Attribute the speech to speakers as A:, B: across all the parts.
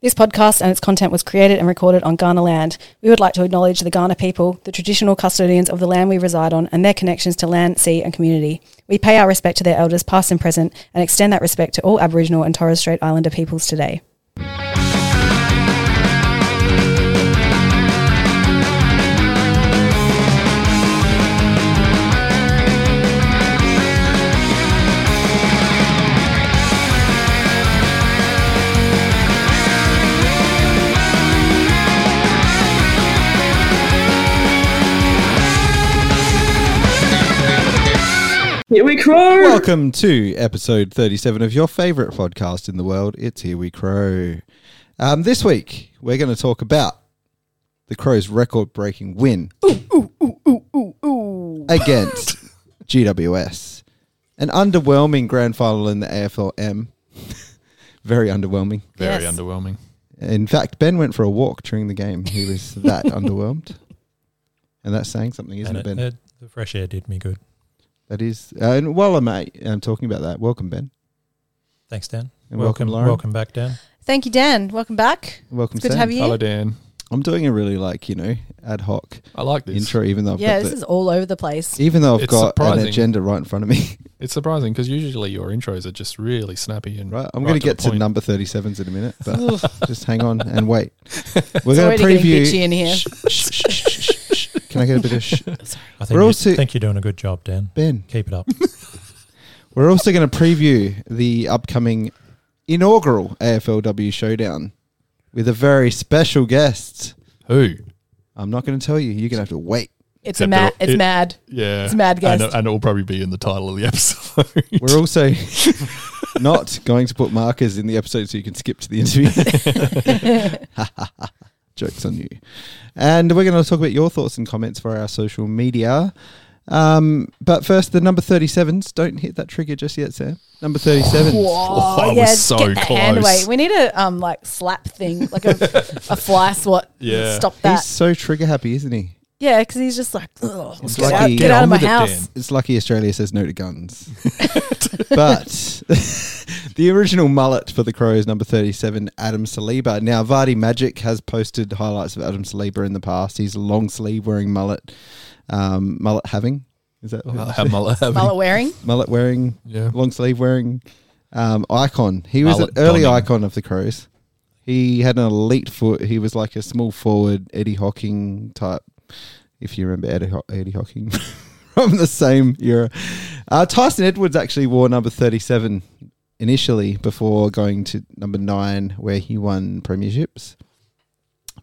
A: This podcast and its content was created and recorded on Ghana land. We would like to acknowledge the Ghana people, the traditional custodians of the land we reside on, and their connections to land, sea, and community. We pay our respect to their elders, past and present, and extend that respect to all Aboriginal and Torres Strait Islander peoples today.
B: Here we crow.
C: Welcome to episode 37 of your favorite podcast in the world. It's Here We Crow. Um, this week, we're going to talk about the Crows' record breaking win against GWS. An underwhelming grand final in the AFLM. Very underwhelming.
D: Very
A: Yes.
D: underwhelming.
C: In fact, Ben went for a walk during the game. He was that underwhelmed. And that's saying something, isn't
E: And
C: it,
E: it,
C: Ben?
E: it- the fresh air did me good.
C: that is. Uh, and while I'm, at- I'm talking about that, welcome, Ben.
E: Thanks, Dan.
C: And welcome, Lauren.
E: welcome back, Dan.
A: Thank you, Dan. Welcome back.
C: Welcome,
A: It's good to
C: Sam.
A: have you.
D: Hello, Dan.
C: I'm doing a really like you know ad hoc
D: I like this.
C: intro, even though I've
A: Yeah,
C: got
A: this
C: the-
A: is all over the place.
C: even though I've
D: It's
C: got an
D: surprising.
C: agenda right in front of me.
D: It's surprising because usually your intros are just really snappy and
C: right, I'm going to get
D: the
C: to
D: point.
C: number 37s in a minute, but just hang on and wait. We're
A: It's
C: going
A: already
C: to
A: getting bitchy
C: preview.
A: in here.
C: Can I get a bit of sh-
E: I
C: We're
E: think, you,
C: also-
E: think you're doing a good job, Dan.
C: Ben?
E: Keep it up.
C: We're also going to preview the upcoming inaugural AFLW showdown with a very special guest.
D: Who?
C: I'm not going to tell you. You're going to have to wait.
A: It's
D: Except
A: a mad.
D: it-
A: It's
D: it-
A: mad.
D: Yeah,
A: It's a mad
D: And-
A: guest.
D: and, it'll probably be in the title of the episode.
C: We're also not going to put markers in the episode so you can skip to the interview. Jokes on you. And we're going to talk about your thoughts and comments for our social media. Um, but first, the number 37s. Don't hit that trigger just yet, Sam. Number 37s.
A: Whoa,
D: Oh, I was
A: yeah,
D: so
A: get that hand
D: close.
A: away. We need a um like slap thing, like a, a fly swat.
D: Yeah.
A: Stop that.
C: He's so trigger happy, isn't he?
A: yeah, because he's just like, "Ugh,
C: It's
A: get,
C: like
A: out,
C: he-
A: get
C: Get
A: out
D: on
A: of my
D: with it,
A: house.
D: Dan.
C: It's lucky Australia says no to guns. but the original mullet for the Crows, number 37, Adam Saliba. Now, Vardy Magic has posted highlights of Adam Saliba in the past. He's a long sleeve wearing mullet, um, mullet having. Is that
D: Have mullet, have
A: Mullet wearing.
C: mullet wearing,
D: Yeah.
C: long sleeve wearing um, icon? He was
D: Mullet
C: an early
D: donning.
C: icon of the Crows. He had an elite foot. He was like a small forward, Eddie Hocking type, if you remember Eddie, Ho- Eddie Hocking from the same era. Uh, Tyson Edwards actually wore number 37 initially before going to number nine, where he won premierships.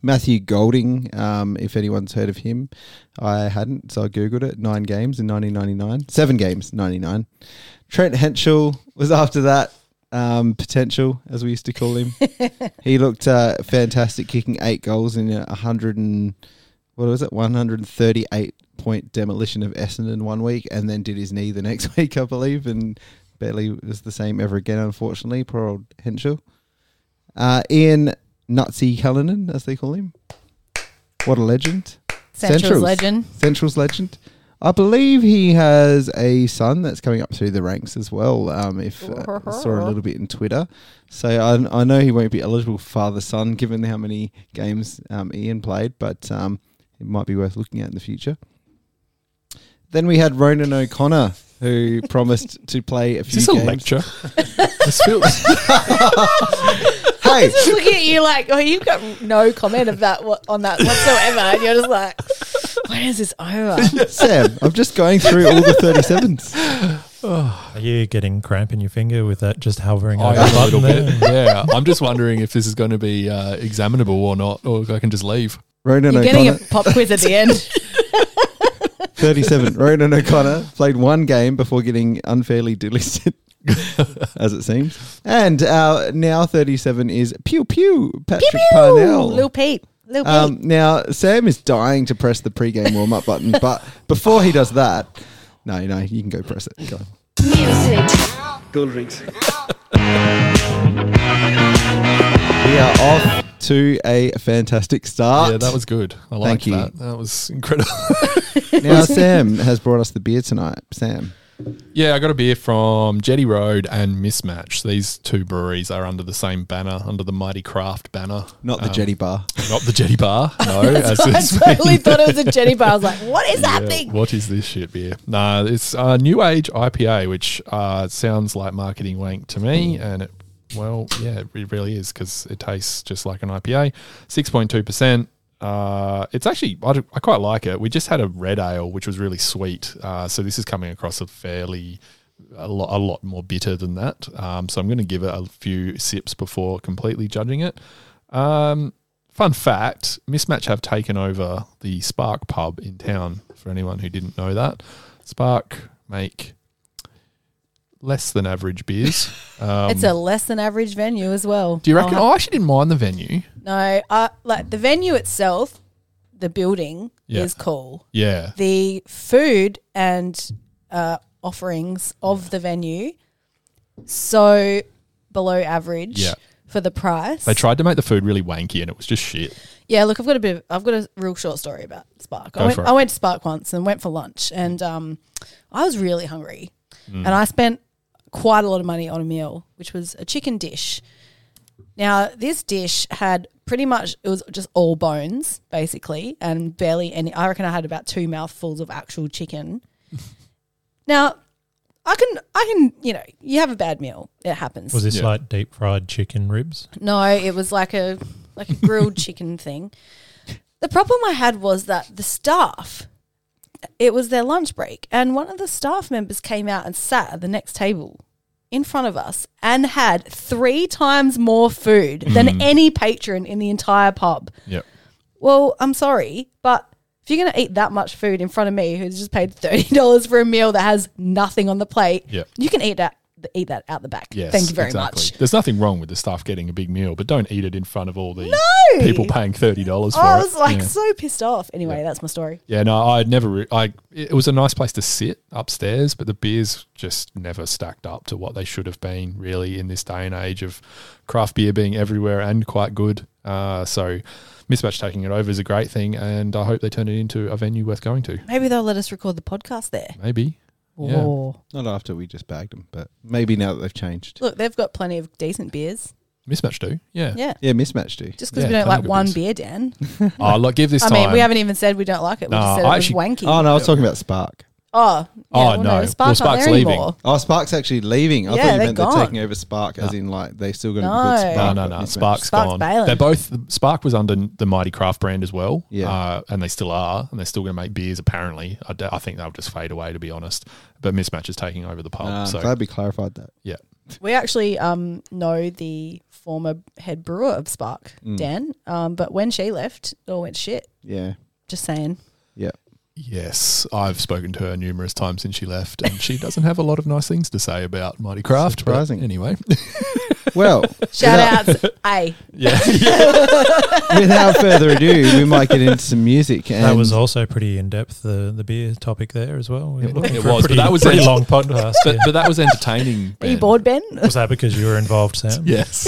C: Matthew Golding, um, if anyone's heard of him, I hadn't, so I googled it. Nine games in 1999, seven games, 99. Trent Henschel was after that um, potential, as we used to call him. he looked uh, fantastic, kicking eight goals in a hundred and what was it, one hundred and thirty-eight point demolition of Essendon one week, and then did his knee the next week, I believe, and barely was the same ever again. Unfortunately, poor old Henschel. Uh, Ian Nutsy Callanan, as they call him. What a legend!
A: Central's
C: Central's.
A: legend.
C: Central's legend. I believe he has a son that's coming up through the ranks as well. Um, if uh, I saw a little bit in Twitter, so I, I know he won't be eligible for father son given how many games um, Ian played, but um, it might be worth looking at in the future. Then we had Ronan O'Connor, who promised to play a
D: Is
C: few
D: this a
C: games.
D: lecture? This feels-
C: Hey,
A: Just looking at you like, oh, you've got no comment about what on that whatsoever. and you're just like, when is this over?
C: Sam, I'm just going through all the 37s.
E: Are you getting cramp in your finger with that just hovering
D: I
E: over
D: am
E: the
D: a little
E: button
D: bit.
E: there?
D: Yeah, I'm just wondering if this is going to be uh, examinable or not, or if I can just leave.
C: Ronan
A: You're
C: O'Connor.
A: getting a pop quiz at the end.
C: 37. Ronan O'Connor played one game before getting unfairly delisted, as it seems. And our now 37 is Pew Pew, Patrick Parnell.
A: Lil Peep. Lil Peep.
C: Um, now, Sam is dying to press the pre-game warm up button, but before he does that, no, no, you can go press it. Go. We are off to a fantastic start.
D: Yeah, that was good. I like
C: you.
D: that. That was incredible.
C: Now, Sam has brought us the beer tonight. Sam,
D: Yeah, I got a beer from Jetty Road and Mismatch. These two breweries are under the same banner, under the Mighty Craft banner.
C: Not the
D: Um,
C: Jetty Bar.
D: Not the Jetty Bar. No. as
A: I
D: it's
A: totally
D: been-
A: thought it was a Jenny bar. I was like, what is
D: Yeah,
A: happening?
D: What is this shit beer? Nah, it's uh, New Age IPA, which uh, sounds like marketing wank to me, and it, well, yeah, it re- really is because it tastes just like an IPA. Six point two percent. Uh, it's actually I, d- I quite like it. We just had a red ale, which was really sweet. Uh, so this is coming across a fairly a lot, a lot more bitter than that. Um, so I'm going to give it a few sips before completely judging it. Um, fun fact Mismatch have taken over the Spark pub in town for anyone who didn't know that. Spark make less than average beers. Um,
A: it's a less than average venue as well.
D: do you reckon?
A: Oh,
D: Oh, I actually didn't mind the venue.
A: no, uh, like the venue itself, the building
D: Yeah.
A: is cool.
D: Yeah.
A: The food and uh, offerings of the venue so below average
D: Yeah.
A: for the price.
D: They tried to make the food really wanky and it was just shit.
A: Yeah, look, I've got a bit. Of, I've got a real short story about Spark. I
D: Go
A: went,
D: for it.
A: I went to Spark once and went for lunch, and um, I was really hungry,
D: Mm.
A: and I spent quite a lot of money on a meal, which was a chicken dish. Now, this dish had pretty much it was just all bones basically, and barely any. I reckon I had about two mouthfuls of actual chicken. now, I can, I can, you know, you have a bad meal, it happens.
E: Was this
D: Yeah.
E: like deep fried chicken ribs?
A: No, it was like a like a grilled chicken thing. The problem I had was that the staff it was their lunch break and one of the staff members came out and sat at the next table in front of us and had three times more food
D: Hmm.
A: than any patron in the entire pub.
D: Yep.
A: Well, I'm sorry, but if you're going to eat that much food in front of me who's just paid $30 for a meal that has nothing on the plate,
D: Yep.
A: you can eat that eat that out the back.
D: Yes.
A: Thank you very
D: exactly.
A: much.
D: There's nothing wrong with the staff getting a big meal, but don't eat it in front of all the
A: No!
D: people paying $30 for
A: I
D: it.
A: was like
D: Yeah.
A: so pissed off. Anyway, that's my story.
D: Yeah, no, I never. Re- I it was a nice place to sit upstairs, but the beers just never stacked up to what they should have been. Really, in this day and age of craft beer being everywhere and quite good, uh, so mismatch taking it over is a great thing, and I hope they turn it into a venue worth going to.
A: Maybe they'll let us record the podcast there.
D: Maybe. Yeah.
A: Oh.
C: Not after we just bagged them, but maybe now that they've changed.
A: Look, they've got plenty of decent beers.
D: Mismatch do, yeah.
A: Yeah.
C: Yeah, mismatch do.
A: Just because
D: Yeah,
A: we don't
D: plenty
A: like
D: of
A: one
D: beers.
A: beer, Dan.
D: Oh, look, give this
A: I
D: time.
A: mean, we haven't even said we don't like it. We
D: Nah,
A: just said
D: I
A: it was
D: actually-
A: wanky.
C: Oh no, I was talking about Spark.
A: oh, yeah,
D: Oh,
A: well,
D: no.
A: Spark's
D: Well,
A: not
D: Spark's
A: there
D: leaving.
A: anymore.
C: Oh, Spark's actually leaving. I
A: Yeah,
C: thought you
A: they're
C: meant
A: gone.
C: they're taking over Spark, as in like they still got
A: No.
C: to good
D: No,
C: Spark. but
D: no, no.
C: mismatch.
D: Spark's,
A: Spark's
D: gone.
A: bailing.
D: They're both Spark was under the Mighty Craft brand as well.
C: Yeah.
D: uh, and they still are, and they're still going to make beers. Apparently, I, d- I think they'll just fade away. To be honest, but Mismatch is taking over the pub.
C: Ah, I'm
D: so
C: glad we clarified that.
D: yeah,
A: We actually um, know the former head brewer of Spark,
D: Mm.
A: Dan. Um, but when she left, it all went to shit.
C: Yeah,
A: Just saying.
C: yeah.
D: yes, I've spoken to her numerous times since she left, and she doesn't have a lot of nice things to say about Mighty Craft. but
C: Surprising.
D: Anyway,
C: Well,
A: Shout
C: without,
A: outs. A.
D: yeah,
C: without further ado, we might get into some music. And
E: that was also pretty in depth. The the beer topic there as well. We were
D: It-
E: looking
D: it
E: for a
D: was, but
E: pretty,
D: that was
E: pretty
D: it.
E: long podcast.
D: but, but that was entertaining.
A: Are you
D: Ben.
A: bored, Ben?
E: was that because you were involved, Sam?
D: Yes.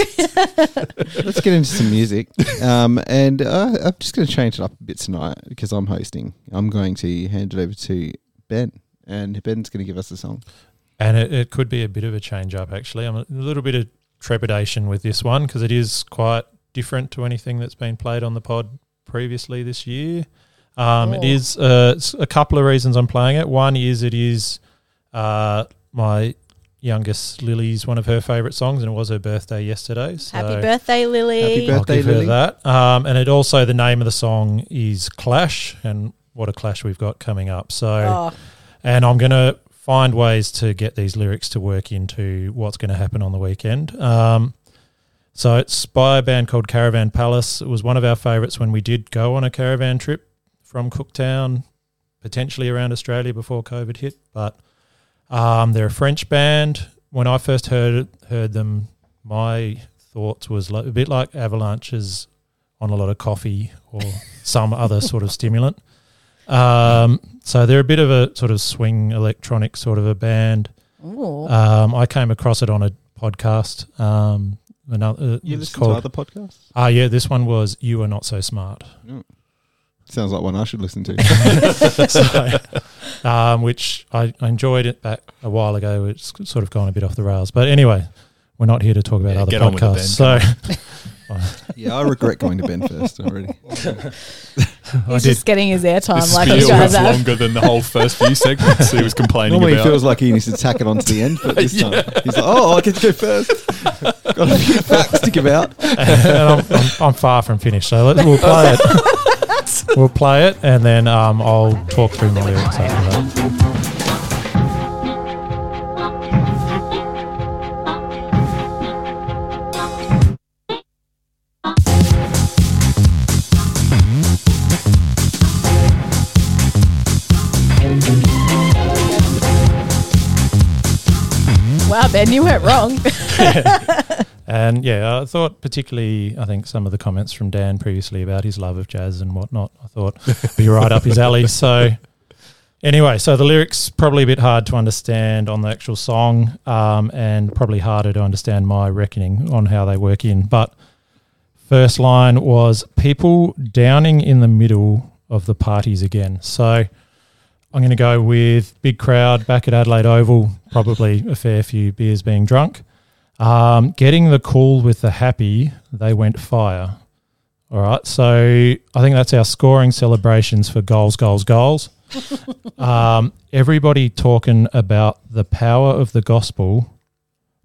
C: Let's get into some music. Um, and uh, I'm just going to change it up a bit tonight because I'm hosting. I'm going to hand it over to Ben, and Ben's going to give us a song.
E: And it, it could be a bit of a change up, actually. I'm a little bit of trepidation with this one because it is quite different to anything that's been played on the pod previously this year. Um, It
A: Oh.
E: is uh, it's a couple of reasons I'm playing it. One is it is uh, my youngest Lily's one of her favourite songs, and it was her birthday yesterday. So
A: Happy birthday, Lily.
C: Happy birthday.
E: I'll give her
C: Lily.
E: that. Um, and it also the name of the song is Clash, and what a clash we've got coming up. So
A: Oh,
E: and I'm going to find ways to get these lyrics to work into what's going to happen on the weekend. Um, so it's by a band called Caravan Palace. It was one of our favourites when we did go on a caravan trip from Cooktown, potentially around Australia before COVID hit. But um, they're a French band. When I first heard heard them, my thoughts was like, a bit like avalanches on a lot of coffee or some other sort of stimulant. Um, so they're a bit of a sort of swing electronic sort of a band.
A: Oh, Ooh.
E: Um, I came across it on a podcast. Um, another
C: You
E: it's
C: listen
E: called-
C: to other podcasts?
E: Ah, yeah, this one was "You Are Not So Smart."
C: Sounds like one I should listen to.
E: so, um, which I, I enjoyed it back a while ago. It's sort of gone a bit off the rails. But anyway, we're not here to talk about
D: Yeah,
E: other
D: get on with it,
E: podcasts. So
C: Yeah, I regret going to Ben first already.
E: I
A: He's
E: did.
A: just getting his airtime
D: This
A: like
D: spiel
A: you guys
D: was
A: are.
D: longer than the whole first few segments he was complaining
C: Normally, he
D: about.
C: feels like he needs to tack it on to the end, but this time he's like, "Oh, I get to go first. Got a few facts to give out."
E: and I'm, I'm, I'm far from finished. So let's, we'll play it. we'll play it, and then um, I'll talk through my lyrics after that.
A: Wow, Ben, you weren't wrong.
E: And yeah, I thought particularly, I think some of the comments from Dan previously about his love of jazz and whatnot, I thought be right up his alley. So anyway, so the lyrics probably a bit hard to understand on the actual song, um, and probably harder to understand my reckoning on how they work in. But first line was people downing in the middle of the parties again. So I'm going to go with big crowd back at Adelaide Oval, probably a fair few beers being drunk. Um, getting the call with the happy, they went fire. All right, so I think that's our scoring celebrations for goals, goals, goals. um, everybody talking about the power of the gospel.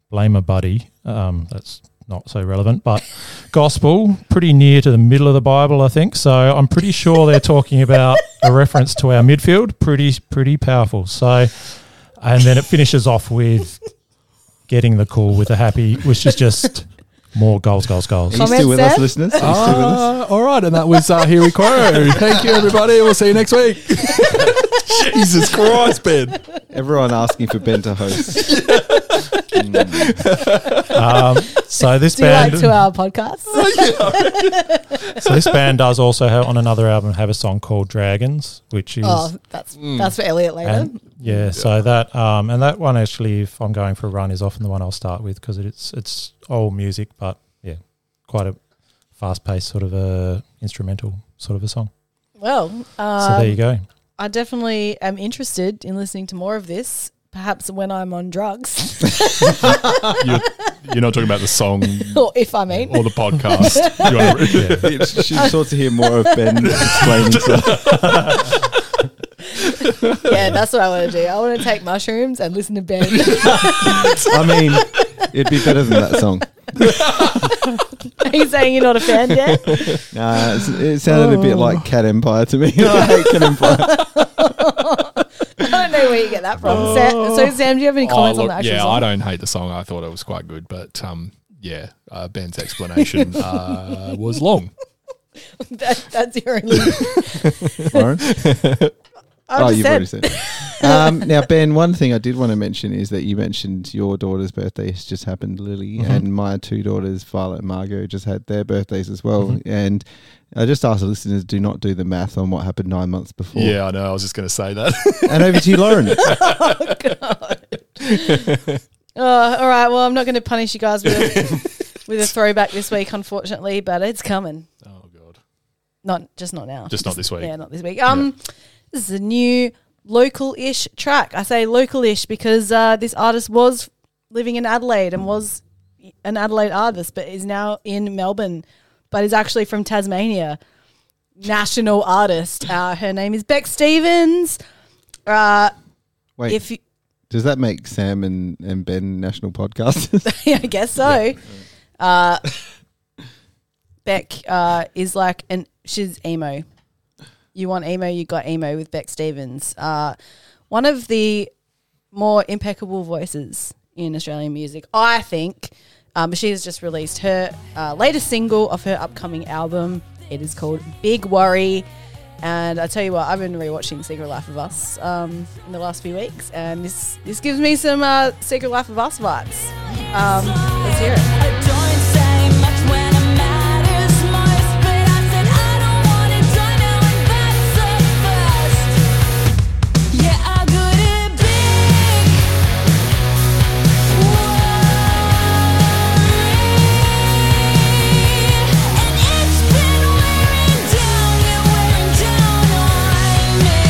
E: Blame a buddy. Um, that's not so relevant, but gospel pretty near to the middle of the Bible, I think. So I'm pretty sure they're talking about a reference to our midfield. Pretty, pretty powerful. So, and then it finishes off with getting the call with a happy, which is just more goals, goals,
C: Are
E: goals.
C: you
A: Comments
C: still with us,
A: there?
C: listeners? Are you still with us?
D: Ah, all right, and that was uh, Here We Quo. Thank you, everybody. We'll see you next week. Jesus Christ, Ben.
C: Everyone asking for Ben to host. Mm.
E: Um, so this
A: Do you like
E: band,
A: two hour podcasts?
E: so this band does also have on another album have a song called Dragons, which is
A: oh, that's
C: Mm.
A: that's for Elliot later.
E: and yeah, so that um and that one actually, if I'm going for a run, is often the one I'll start with because it's it's old music, but yeah, quite a fast paced sort of a instrumental sort of a song.
A: well,
E: So there you
A: um,
E: go.
A: I definitely am interested in listening to more of this. Perhaps when I'm on drugs,
D: You're, you're not talking about the song
A: or if I mean,
D: or the podcast. You wanna-
C: she just wants to hear more of Ben explaining stuff.
A: yeah, that's what I want to do. I want to take mushrooms and listen to Ben.
C: I mean, it'd be better than that song.
A: Are you saying you're not a fan yet?
C: Nah, it's, it sounded a bit like Cat Empire to me. I hate Cat Empire.
A: I don't know where you get that from. Sam,
E: Oh.
A: so, Sam, do you have any comments
D: Oh,
A: on
D: look,
A: the actual
D: yeah,
A: song?
D: I don't hate the song. I thought it was quite good, but um, yeah, uh, Ben's explanation uh, was long.
A: That, that's your only.
C: Lauren?
A: I'm
C: oh,
A: just
C: you've
A: saying.
C: already said. it. um, now, Ben, one thing I did want to mention is that you mentioned your daughter's birthday has just happened, Lily,
A: Mm-hmm.
C: and my two daughters, Violet and Margot, just had their birthdays as well.
A: Mm-hmm.
C: And I just asked the listeners do not do the math on what happened nine months before.
D: Yeah, I know. I was just going to say that.
C: And over to you, Lauren.
A: Oh, all right. Well, I'm not going to punish you guys with a, with a throwback this week, unfortunately, but it's coming.
D: oh God,
A: Not just not now.
D: Just not this week.
A: Yeah, not this week. Um, this is a new local-ish track. I say local-ish because uh, this artist was living in Adelaide and was an Adelaide artist, but is now in Melbourne, but is actually from Tasmania. National artist. Uh, her name is Beck Stevens. Uh,
C: Wait,
A: if you,
C: does that make Sam and, and Ben national podcasters?
A: Yeah, I guess so. Uh, Beck uh, is like an she's emo. You want emo, you got emo with Beck Stevens. Uh, one of the more impeccable voices in Australian music, I think. Um, she has just released her uh, latest single of her upcoming album. It is called Big Worry. And I tell you what, I've been rewatching Secret Life of Us um, in the last few weeks, and this this gives me some uh, Secret Life of Us vibes. Um, let's hear it.
B: I don't say much when it matters most, but I said I don't want it done now, and that's a first. Yeah, I could it big. And it's been wearing down, yeah, wearing down on me.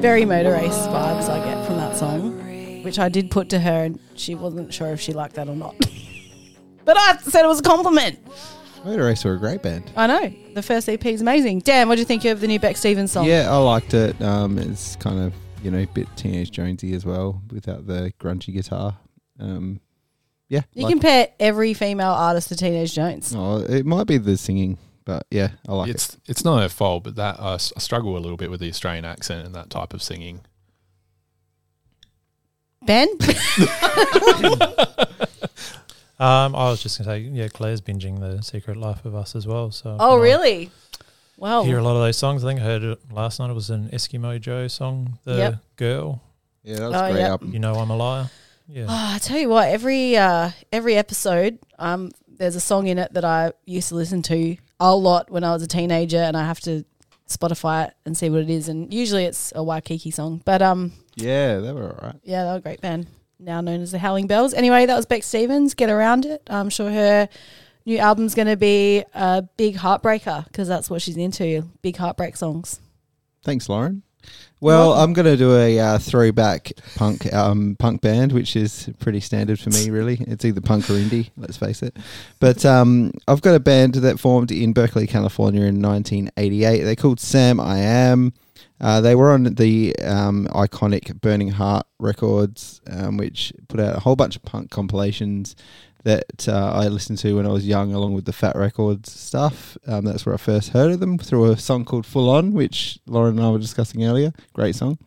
A: very motor race vibes I get from that song, which I did put to her, and she wasn't sure if she liked that or not. but I said it was a compliment.
C: Motor Race were a great band.
A: I know the first EP is amazing. Dan, what do you think of the new Beck Stevens song?
C: Yeah, I liked it. Um, it's kind of you know a bit Teenage Jonesy as well without the grungy guitar. Um, yeah,
A: You
C: liked
A: compare every female artist to Teenage Jones.
C: it. Oh, it might be the singing, but yeah, I like it.
D: it's it's not her fault, but that I s I I struggle a little bit with the Australian accent and that type of singing.
A: Ben,
E: Um, I was just going to say, yeah, Claire's binging The Secret Life of Us as well. So
A: oh
E: and I
A: really? Oh. Wow.
E: Hear a lot of those songs. I think I heard it last night. It was an Eskimo Joe song, The
A: Yep.
E: Girl.
C: Yeah, that was
A: Oh,
C: a great
A: yeah.
C: album.
E: You know I'm a liar. Yeah.
A: Oh, I tell you what, every uh, every episode, um, there's a song in it that I used to listen to a lot when I was a teenager, and I have to Spotify it and see what it is. And usually it's a Waikiki song, but um,
C: Yeah, they were alright.
A: yeah, they were a great band, now known as the Howling Bells. Anyway, that was Beck Stevens. Get around it. I'm sure her new album's going to be a big heartbreaker because that's what she's into. Big heartbreak songs.
C: Thanks, Lauren. Well, I'm going to do a uh, throwback punk um, punk band, which is pretty standard for me, really. It's either punk or indie, let's face it. But um, I've got a band that formed in Berkeley, California in 1988. They're called Sam I Am. Uh, they were on the um, iconic Burning Heart Records, um, which put out a whole bunch of punk compilations that uh, I listened to when I was young, along with the Fat Records stuff. Um, that's where I first heard of them through a song called Full On, which Lauren and I were discussing earlier. Great song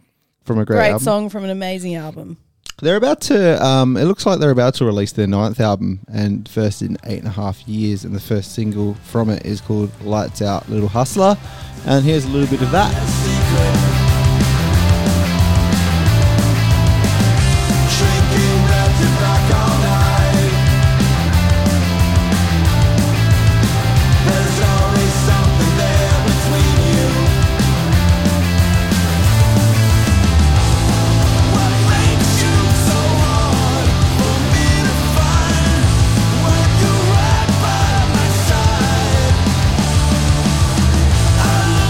C: from a great,
A: Great,
C: album.
A: song from an amazing album.
C: They're about to. Um, it looks like they're about to release their ninth album and first in eight and a half years, and the first single from it is called "Lights Out, Little Hustler." And here's a little bit of that.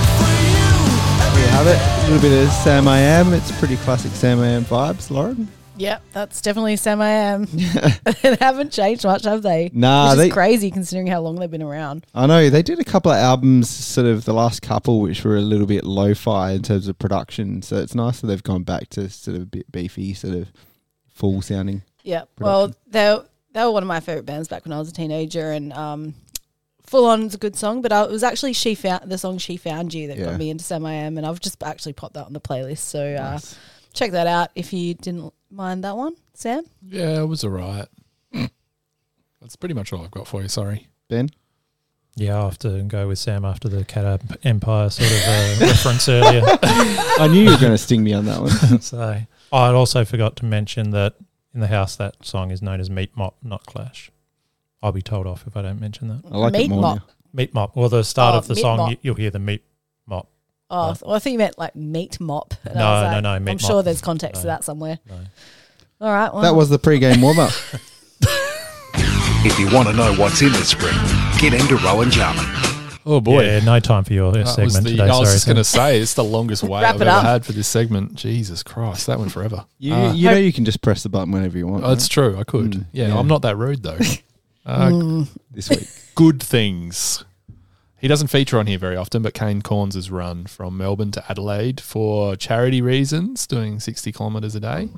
C: There you have it. A little bit of Sam I Am. It's pretty classic Sam I Am vibes, Lauren.
A: Yep, that's definitely Sam I Am. they haven't changed much, have they?
C: Nah,
A: Which
C: they-
A: is crazy considering how long they've been around.
C: I know they did a couple of albums, sort of the last couple, which were a little bit lo-fi in terms of production. So it's nice that they've gone back to sort of a bit beefy, sort of full sounding.
A: Yeah. Well, they they were one of my favorite bands back when I was a teenager, and um, Full On is a good song, but I, it was actually she found the song "She Found You" that
C: Yeah.
A: got me into Sam I Am, and I've just actually popped that on the playlist. So uh,
C: Nice.
A: check that out if you didn't mind that one, Sam.
D: Yeah, it was alright. That's pretty much all I've got for you. Sorry.
C: Ben,
E: Yeah, I have to go with Sam after the Cat Ab- Empire sort of uh, reference earlier.
C: I knew you were going to sting me on that one.
E: So I also forgot to mention that in the house that song is known as Meat Mop, not Clash. I'll be told off if I don't mention that.
C: I like
A: Meat
C: it more.
A: Mop.
C: now.
E: Meat Mop. Well, the start
A: Oh,
E: of the
A: Meat
E: song,
A: Mop.
E: you, you'll hear the meat mop.
A: Oh,
E: Right.
A: well, I thought you meant like meat mop. and I
E: No,
A: was
E: no,
A: like,
E: no,
A: I'm
E: meat
A: sure
E: mop.
A: there's context to
E: No.
A: that somewhere.
E: No.
A: All right. Well,
C: That was the pre-game warm-up.
F: If you want to know what's in the spring, get into Rowan Jarman.
D: Oh boy.
E: Yeah, no time for your
D: That was
E: segment
D: the,
E: today.
D: I was
E: Sorry,
D: just going to
E: Sam.
D: say it's the longest wait
A: Wrap
D: I've
A: it
D: ever
A: up.
D: had for this segment. Jesus Christ, that went forever.
C: You,
D: Uh,
C: you know you can just press the button whenever you want.
D: Oh, it's
C: right?
D: true. I could.
C: Mm,
D: yeah,
C: yeah.
D: I'm not that rude though. Uh,
A: Mm.
C: this week.
D: Good things. He doesn't feature on here very often, but Kane Corns has run from Melbourne to Adelaide for charity reasons, doing 60 kilometres a day.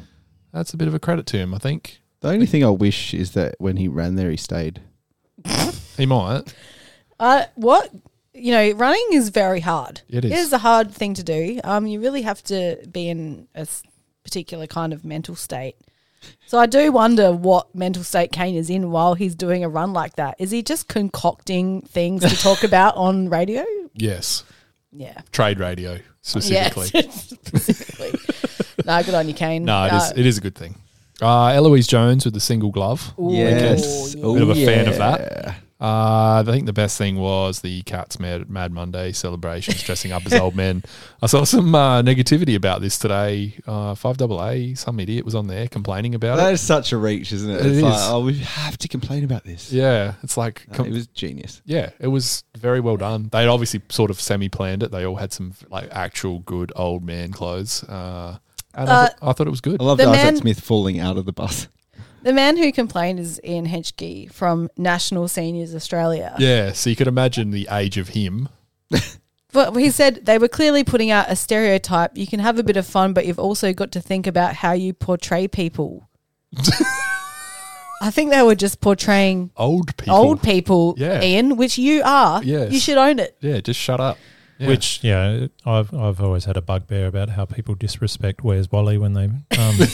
D: That's a bit of a credit to him, I think.
C: The only thing I wish is that when he ran there, he stayed.
D: He might.
A: Uh, what you know, running is very hard.
D: It is.
A: It is a hard thing to do. Um, you really have to be in a s- particular kind of mental state. So I do wonder what mental state Kane is in while he's doing a run like that. Is he just concocting things to talk about on radio?
D: Yes.
A: Yeah.
D: Trade radio specifically.
A: Yeah. Specifically. no, good on you, Kane.
D: No, it is,
A: Uh,
D: it is a good thing. Uh, Eloise Jones with the single glove.
A: ooh,
C: Yes.
A: yeah.
C: Oh,
D: Bit of a fan
C: yeah.
D: of that. Uh, I think the best thing was the Cats Mad, Mad Monday celebrations, dressing up as old men. I saw some uh, negativity about this today. Uh, Five Double A, some idiot was on there complaining about
C: That
D: it.
C: is such a reach, isn't it?
D: It
C: it's
D: is.
C: like, oh, we have to complain about this.
D: Yeah, it's like
C: Uh,
D: com-
C: it was genius.
D: yeah, it was very well done. They obviously sort of semi-planned it. They all had some like actual good old man clothes, uh, and I,
A: Uh,
D: th- I thought it was good.
C: I love
A: The
C: Isaac
A: man-
C: Smith falling out of the bus.
A: The man who complained is Ian Henschke from National Seniors Australia.
D: yeah, so you could imagine the age of him.
A: But he said they were clearly putting out a stereotype. You can have a bit of fun, but you've also got to think about how you portray people. I think they were just portraying
D: Old people.
A: old people,
D: Yeah.
A: Ian, which you are.
D: Yes.
A: You should own it.
D: Yeah, just shut up. Yeah.
E: Which yeah, I've I've always had a bugbear about how people disrespect Where's Wally when they, um, they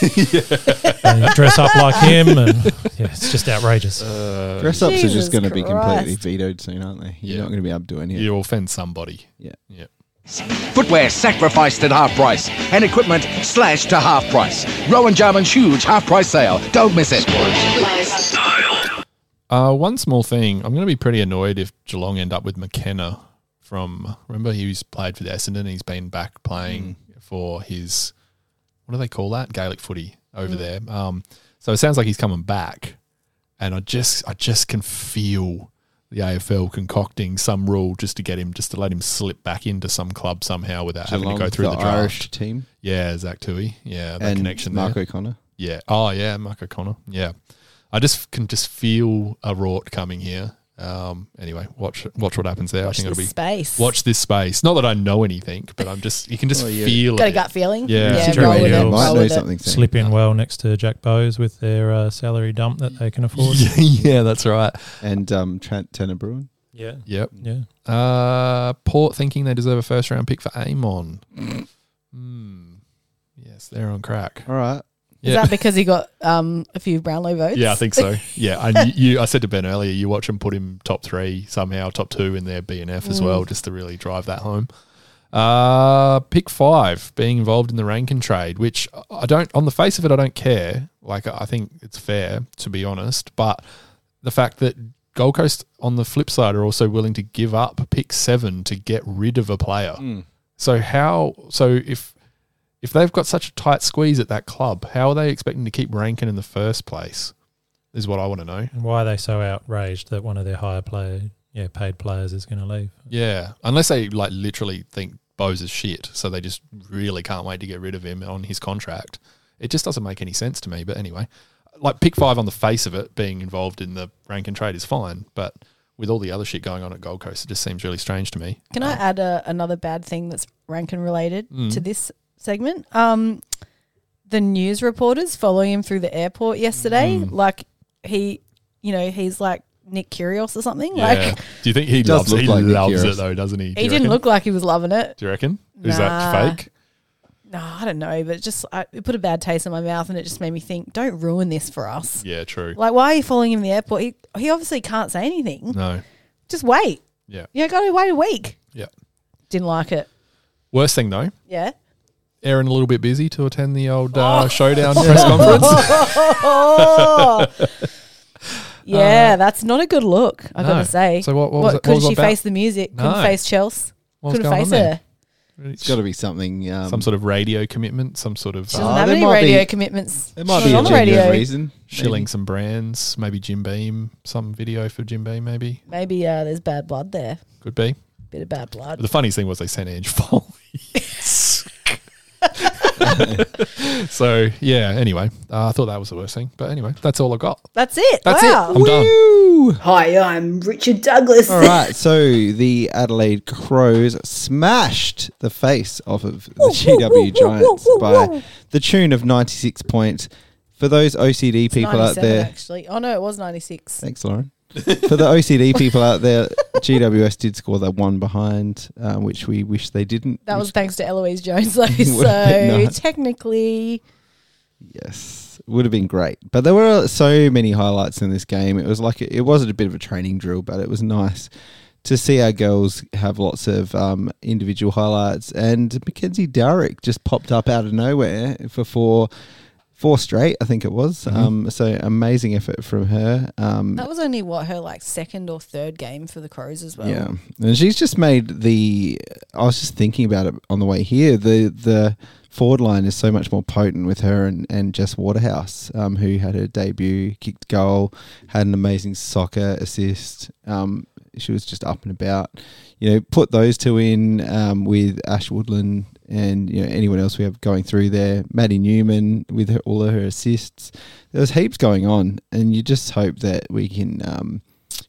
E: dress up like him, and yeah, it's just outrageous.
D: Uh,
C: Dress ups are
A: Jesus
C: just going to be completely
A: Christ.
C: vetoed soon, aren't they? You're
D: Yeah.
C: not going to be able to do anything.
D: you offend somebody.
C: Yeah.
D: Yeah.
F: Footwear sacrificed at half price and equipment slashed to half price. Rowan Jarman's huge half price sale. Don't miss it.
D: Uh, one small thing. I'm going to be pretty annoyed if Geelong end up with McKenna from. Remember, he's played for the Essendon. He's been back playing
C: Mm.
D: for his. What do they call that? Gaelic footy over
C: Mm.
D: there. Um, so it sounds like he's coming back, and I just, I just can feel the AFL concocting some rule just to get him, just to let him slip back into some club somehow without having
C: Geelong,
D: to go through the, draft.
C: Irish team
D: Yeah, Zach Tui. Yeah, that
C: and
D: connection there.
C: Mark O'Connor.
D: Yeah. Oh yeah, Mark O'Connor. Yeah. I just can just feel a rort coming here. Um. Anyway, watch watch what happens there.
A: Watch
D: I think
A: this
D: it'll be
A: space.
D: watch this space. Not that I know anything, but I'm just you can just
C: Oh, yeah.
D: feel
A: Got a
D: it.
A: gut feeling.
D: Yeah.
A: yeah
E: Situation.
A: roll with it,
C: You
E: Yeah, Well,
C: might
A: roll
C: know
A: with it.
C: something soon.
E: Slip in well next to Jack Bowes with their uh, salary dump that they can afford.
D: Yeah, yeah, that's right.
C: And um, Trent Tanner Bruin.
E: Yeah,
D: Yep.
E: yeah.
D: Uh, Port thinking they deserve a first round pick for Amon.
A: Mm.
D: Hmm. Yes, they're on crack.
C: All right.
A: Is that because he got um, a few Brownlow votes?
D: Yeah, I think so. Yeah, and you, you, I said to Ben earlier, you watch them put him top three somehow, top two in their BNF as well, just to really drive that home. Uh, pick five, being involved in the Rankin trade, which I don't, on the face of it, I don't care. Like, I think it's fair, to be honest. But the fact that Gold Coast, on the flip side, are also willing to give up pick seven to get rid of a player. So, how, so if, if they've got such a tight squeeze at that club, how are they expecting to keep Rankin in the first place? Is what I want to know.
E: And why are they so outraged that one of their higher player, yeah, paid players is going to leave?
D: Yeah, unless they like literally think Bose is shit, so they just really can't wait to get rid of him on his contract. It just doesn't make any sense to me. But anyway, like pick five on the face of it, being involved in the Rankin trade is fine, but with all the other shit going on at Gold Coast, it just seems really strange to me.
A: Can I add a, another bad thing that's Rankin related
D: Mm.
A: to this segment? Um, the news reporters following him through the airport yesterday,
D: Mm.
A: like he, you know, he's like Nick Curios or something.
D: yeah.
A: Like
D: Do you think he
C: does
D: loves
C: look
D: he
C: like Nick
D: loves
C: Harris.
D: it though, doesn't he? Do
A: he
D: you
A: didn't
D: reckon?
A: look like he was loving it.
D: Do you reckon? Is
A: Nah.
D: that fake?
A: No, I don't know, but it just I, it put a bad taste in my mouth, and it just made me think, don't ruin this for us.
D: Yeah, true.
A: Like, why are you following him in the airport? He he obviously can't say anything.
D: No.
A: Just wait.
D: Yeah.
A: You know, got to wait a week.
D: Yeah.
A: Didn't like it.
D: Worst thing though,
A: Yeah.
D: Aaron a little bit busy to attend the old uh,
A: Oh.
D: showdown press conference.
A: Yeah, that's not a good look. I
D: Uh, no.
A: gotta say.
D: So what- what was it- what
A: couldn't
D: was it
A: she
D: about?
A: face the music?
D: No.
A: Couldn't face Chelsea.
D: What was
A: couldn't
D: going
A: face
D: on there?
A: her.
C: It's got to be something. Um,
D: some sort of radio commitment, some sort of
A: She
D: uh,
A: doesn't
C: Ah,
A: have
C: there
A: any
C: might
A: radio
C: be-
A: commitments.
C: there might
A: She's
C: be a
A: on the
C: genuine
A: radio.
C: reason.
D: shilling some brands, maybe Jim Beam, some video for Jim Beam, maybe
A: Maybe uh, there's bad blood there.
D: could be.
A: Bit of bad
D: But
A: blood.
D: the funniest thing was they sent Ange Foley. so yeah. Anyway, uh, I thought that was the worst thing, but anyway, that's all I got.
A: That's it.
D: That's
A: wow.
D: it. I'm done.
G: Hi, I'm Richard Douglas.
C: All right, so the Adelaide Crows smashed the face off of the GW Giants by the tune of 96 points. For those OCD people out
A: 97
C: there,
A: actually. Oh no, it was 96.
C: thanks, Lauren. For the OCD people out there, GWS did score that one behind, uh, which we wish they didn't.
A: That was
C: which-
A: thanks to Eloise Jones though.
C: Would have been
A: so
C: nice.
A: technically
C: yes, would have been great. But there were so many highlights in this game. It was like it wasn't a bit of a training drill, but it was nice to see our girls have lots of um, individual highlights. And Mackenzie Darrick just popped up out of nowhere for four four straight, I think it was. Um, so amazing effort from her. Um,
A: That was only what her like second or third game for the Crows as well.
C: yeah, and she's just made the. I was just thinking about it on the way here. The the forward line is so much more potent with her and and Jess Waterhouse, um, who had her debut, kicked goal, had an amazing soccer assist. Um, she was just up and about. You know, put those two in um, with Ash Woodland and you know anyone else we have going through there. Maddie Newman with her, all of her assists. There was heaps going on, and you just hope that we can. Um,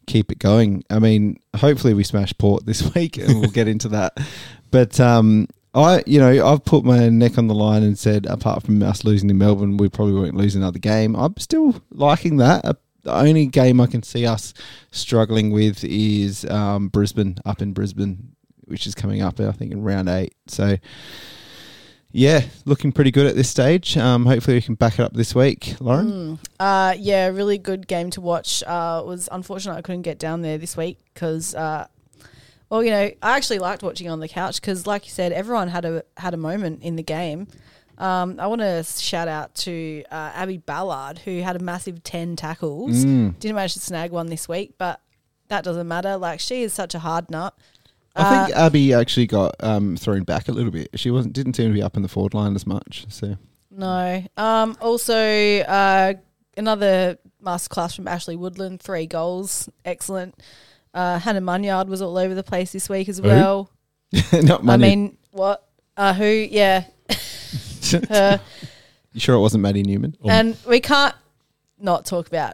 C: keep it going. I mean, hopefully we smash port this week and we'll get into that. But um, I, you know, I've put my neck on the line and said, apart from us losing to Melbourne, we probably won't lose another game. I'm still liking that. Uh, the only game I can see us struggling with is um, Brisbane up in Brisbane, which is coming up, I think, in round eight. So. Yeah, looking pretty good at this stage. Um, hopefully, we can back it up this week, Lauren.
A: Uh, yeah, really good game to watch. Uh, it was unfortunate I couldn't get down there this week because, uh, well, you know, I actually liked watching on the couch because, like you said, everyone had a had a moment in the game. Um, I want to shout out to uh, Abby Ballard who had a massive ten tackles. Didn't manage to snag one this week, but that doesn't matter. Like she is such a hard nut.
C: I
A: Uh,
C: think Abby actually got um, thrown back a little bit. She wasn't didn't seem to be up in the forward line as much. So
A: No. Um, also, uh, another masterclass from Ashley Woodland. Three goals. Excellent. Uh, Hannah Munyard was all over the place this week as well.
C: not money.
A: I mean, what? Uh, who? Yeah. Her.
C: you sure it wasn't Maddie Newman?
A: and we can't not talk about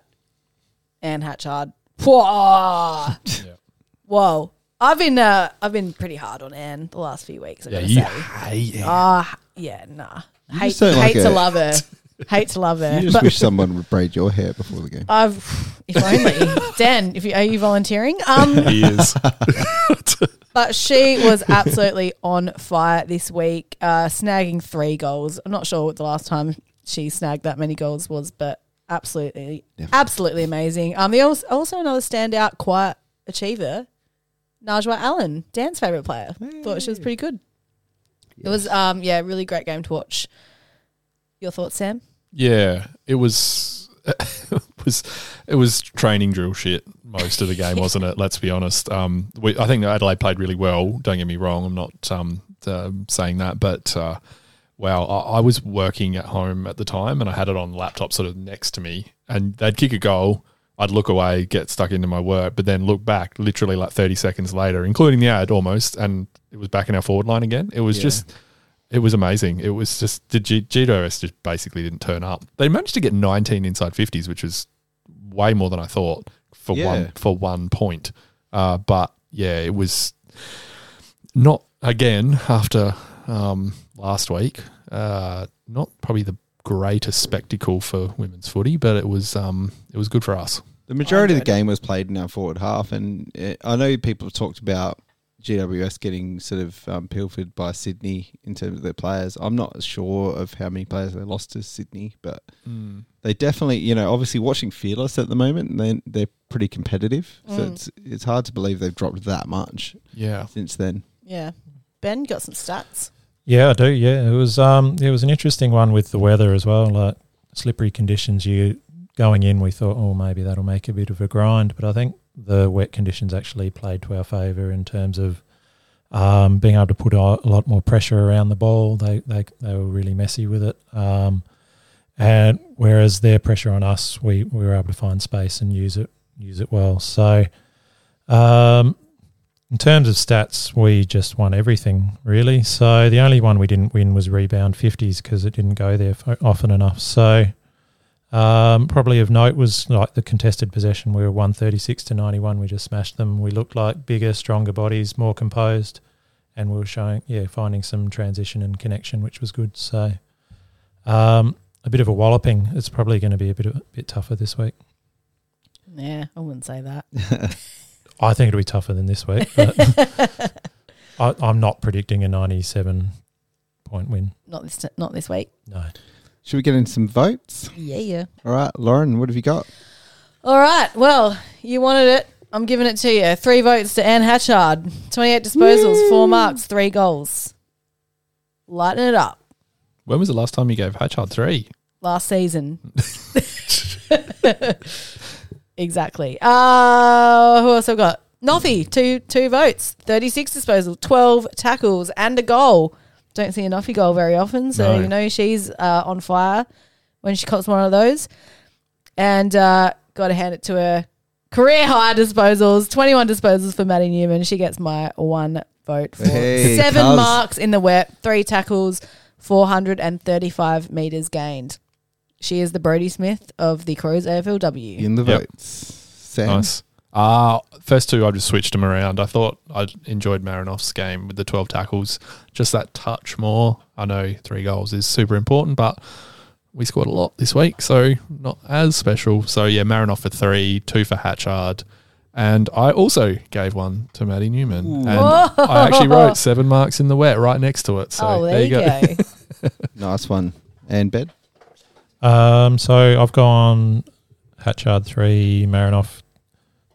A: Anne Hatchard. Whoa. Whoa. I've been uh, I've been pretty hard on Anne the last few weeks. I
D: Yeah,
A: gotta
D: you
A: say.
D: hate it.
A: Ah, yeah, nah. Hate,
C: just don't like
A: hate to
C: it.
A: love her. hate to love her.
C: You just
A: But-
C: wish someone would braid your hair before the game.
A: I've, if only Dan, if you, are you volunteering? Um,
D: He is.
A: but she was absolutely on fire this week, uh, snagging three goals. I'm not sure what the last time she snagged that many goals was, but absolutely, absolutely amazing. Um, the also, also another standout, quiet achiever, Najwa Allen, Dan's favorite player. Thought she was pretty good. It was, um, yeah, really great game to watch. Your thoughts, Sam?
D: Yeah, it was it was it was training drill shit most of the game, wasn't it? Let's be honest. Um, we, I think that Adelaide played really well. Don't get me wrong. I'm not um, uh, saying that, but uh, wow, I, I was working at home at the time, and I had it on laptop, sort of next to me, and they'd kick a goal. I'd look away, get stuck into my work, but then look back, literally like 30 seconds later, including the ad almost, and it was back in our forward line again. It was just it was amazing. It was just the G- GWS just basically didn't turn up. They managed to get 19 inside 50s, which was way more than I thought for
C: Yeah.
D: one for one point. Uh, but yeah, it was not again after um, last week. Uh, not probably the greatest spectacle for women's footy, but it was um, it was good for us.
C: The majority of the game was played in our forward half, and uh I know people have talked about GWS getting sort of um, pilfered by Sydney in terms of their players. I'm not sure of how many players they lost to Sydney, but they definitely, you know, obviously watching Fearless at the moment, they they're pretty competitive. So
A: Mm.
C: it's it's hard to believe they've dropped that much
D: Yeah,
C: since then.
A: Yeah, Ben got some stats.
E: Yeah, I do. Yeah, it was um, it was an interesting one with the weather as well. Like slippery conditions, you going in, we thought, oh, maybe that'll make a bit of a grind, but I think the wet conditions actually played to our favour in terms of um, being able to put a a lot more pressure around the ball. They they they were really messy with it. Um, and whereas their pressure on us, we, we were able to find space and use it use it well. So, um, in terms of stats, we just won everything really. So the only one we didn't win was rebound fifties because it didn't go there fo- often enough. So um, probably of note was like the contested possession. We were one thirty six to ninety one. We just smashed them. We looked like bigger, stronger bodies, more composed, and we were showing yeah finding some transition and connection, which was good. So um, a bit of a walloping. It's probably going to be a bit of, a bit tougher this week.
A: Yeah, I wouldn't say that.
E: I think it'll be tougher than this week. But I, I'm not predicting a 97 point win.
A: Not this. Not this week.
E: No.
C: Should we get in some votes?
A: Yeah, yeah.
C: All right, Lauren, what have you got?
A: All right. Well, you wanted it. I'm giving it to you. Three votes to Anne Hatchard. 28 disposals, four marks, three goals. Lighten it up.
D: when was the last time you gave Hatchard three?
A: last season. exactly. Uh, who else have we got? Noffy, two two votes, thirty six disposal, twelve tackles, and a goal. Don't see a Noffy goal very often, so
D: No.
A: you know she's uh, on fire when she cops one of those. And uh, got to hand it to her. Career high disposals, twenty one disposals for Maddie Newman. She gets my one vote for
C: Hey,
A: seven
C: cuz.
A: marks in the wet, three tackles, four hundred and thirty five meters gained. She is the Brody Smith of the Crows AFLW.
C: in the
D: Yep.
C: votes. Sam,
D: Nice. Uh, first two, I just switched them around. I thought I enjoyed Marinoff's game with the 12 tackles, just that touch more. I know three goals is super important, but we scored a lot this week, so not as special. So, yeah, Marinoff for three, two for Hatchard. And I also gave one to Maddie Newman. And I actually wrote seven marks in the wet right next to it. So
A: oh, there, you go.
C: nice one. And bed.
E: Um, so I've gone Hatchard three, Marinoff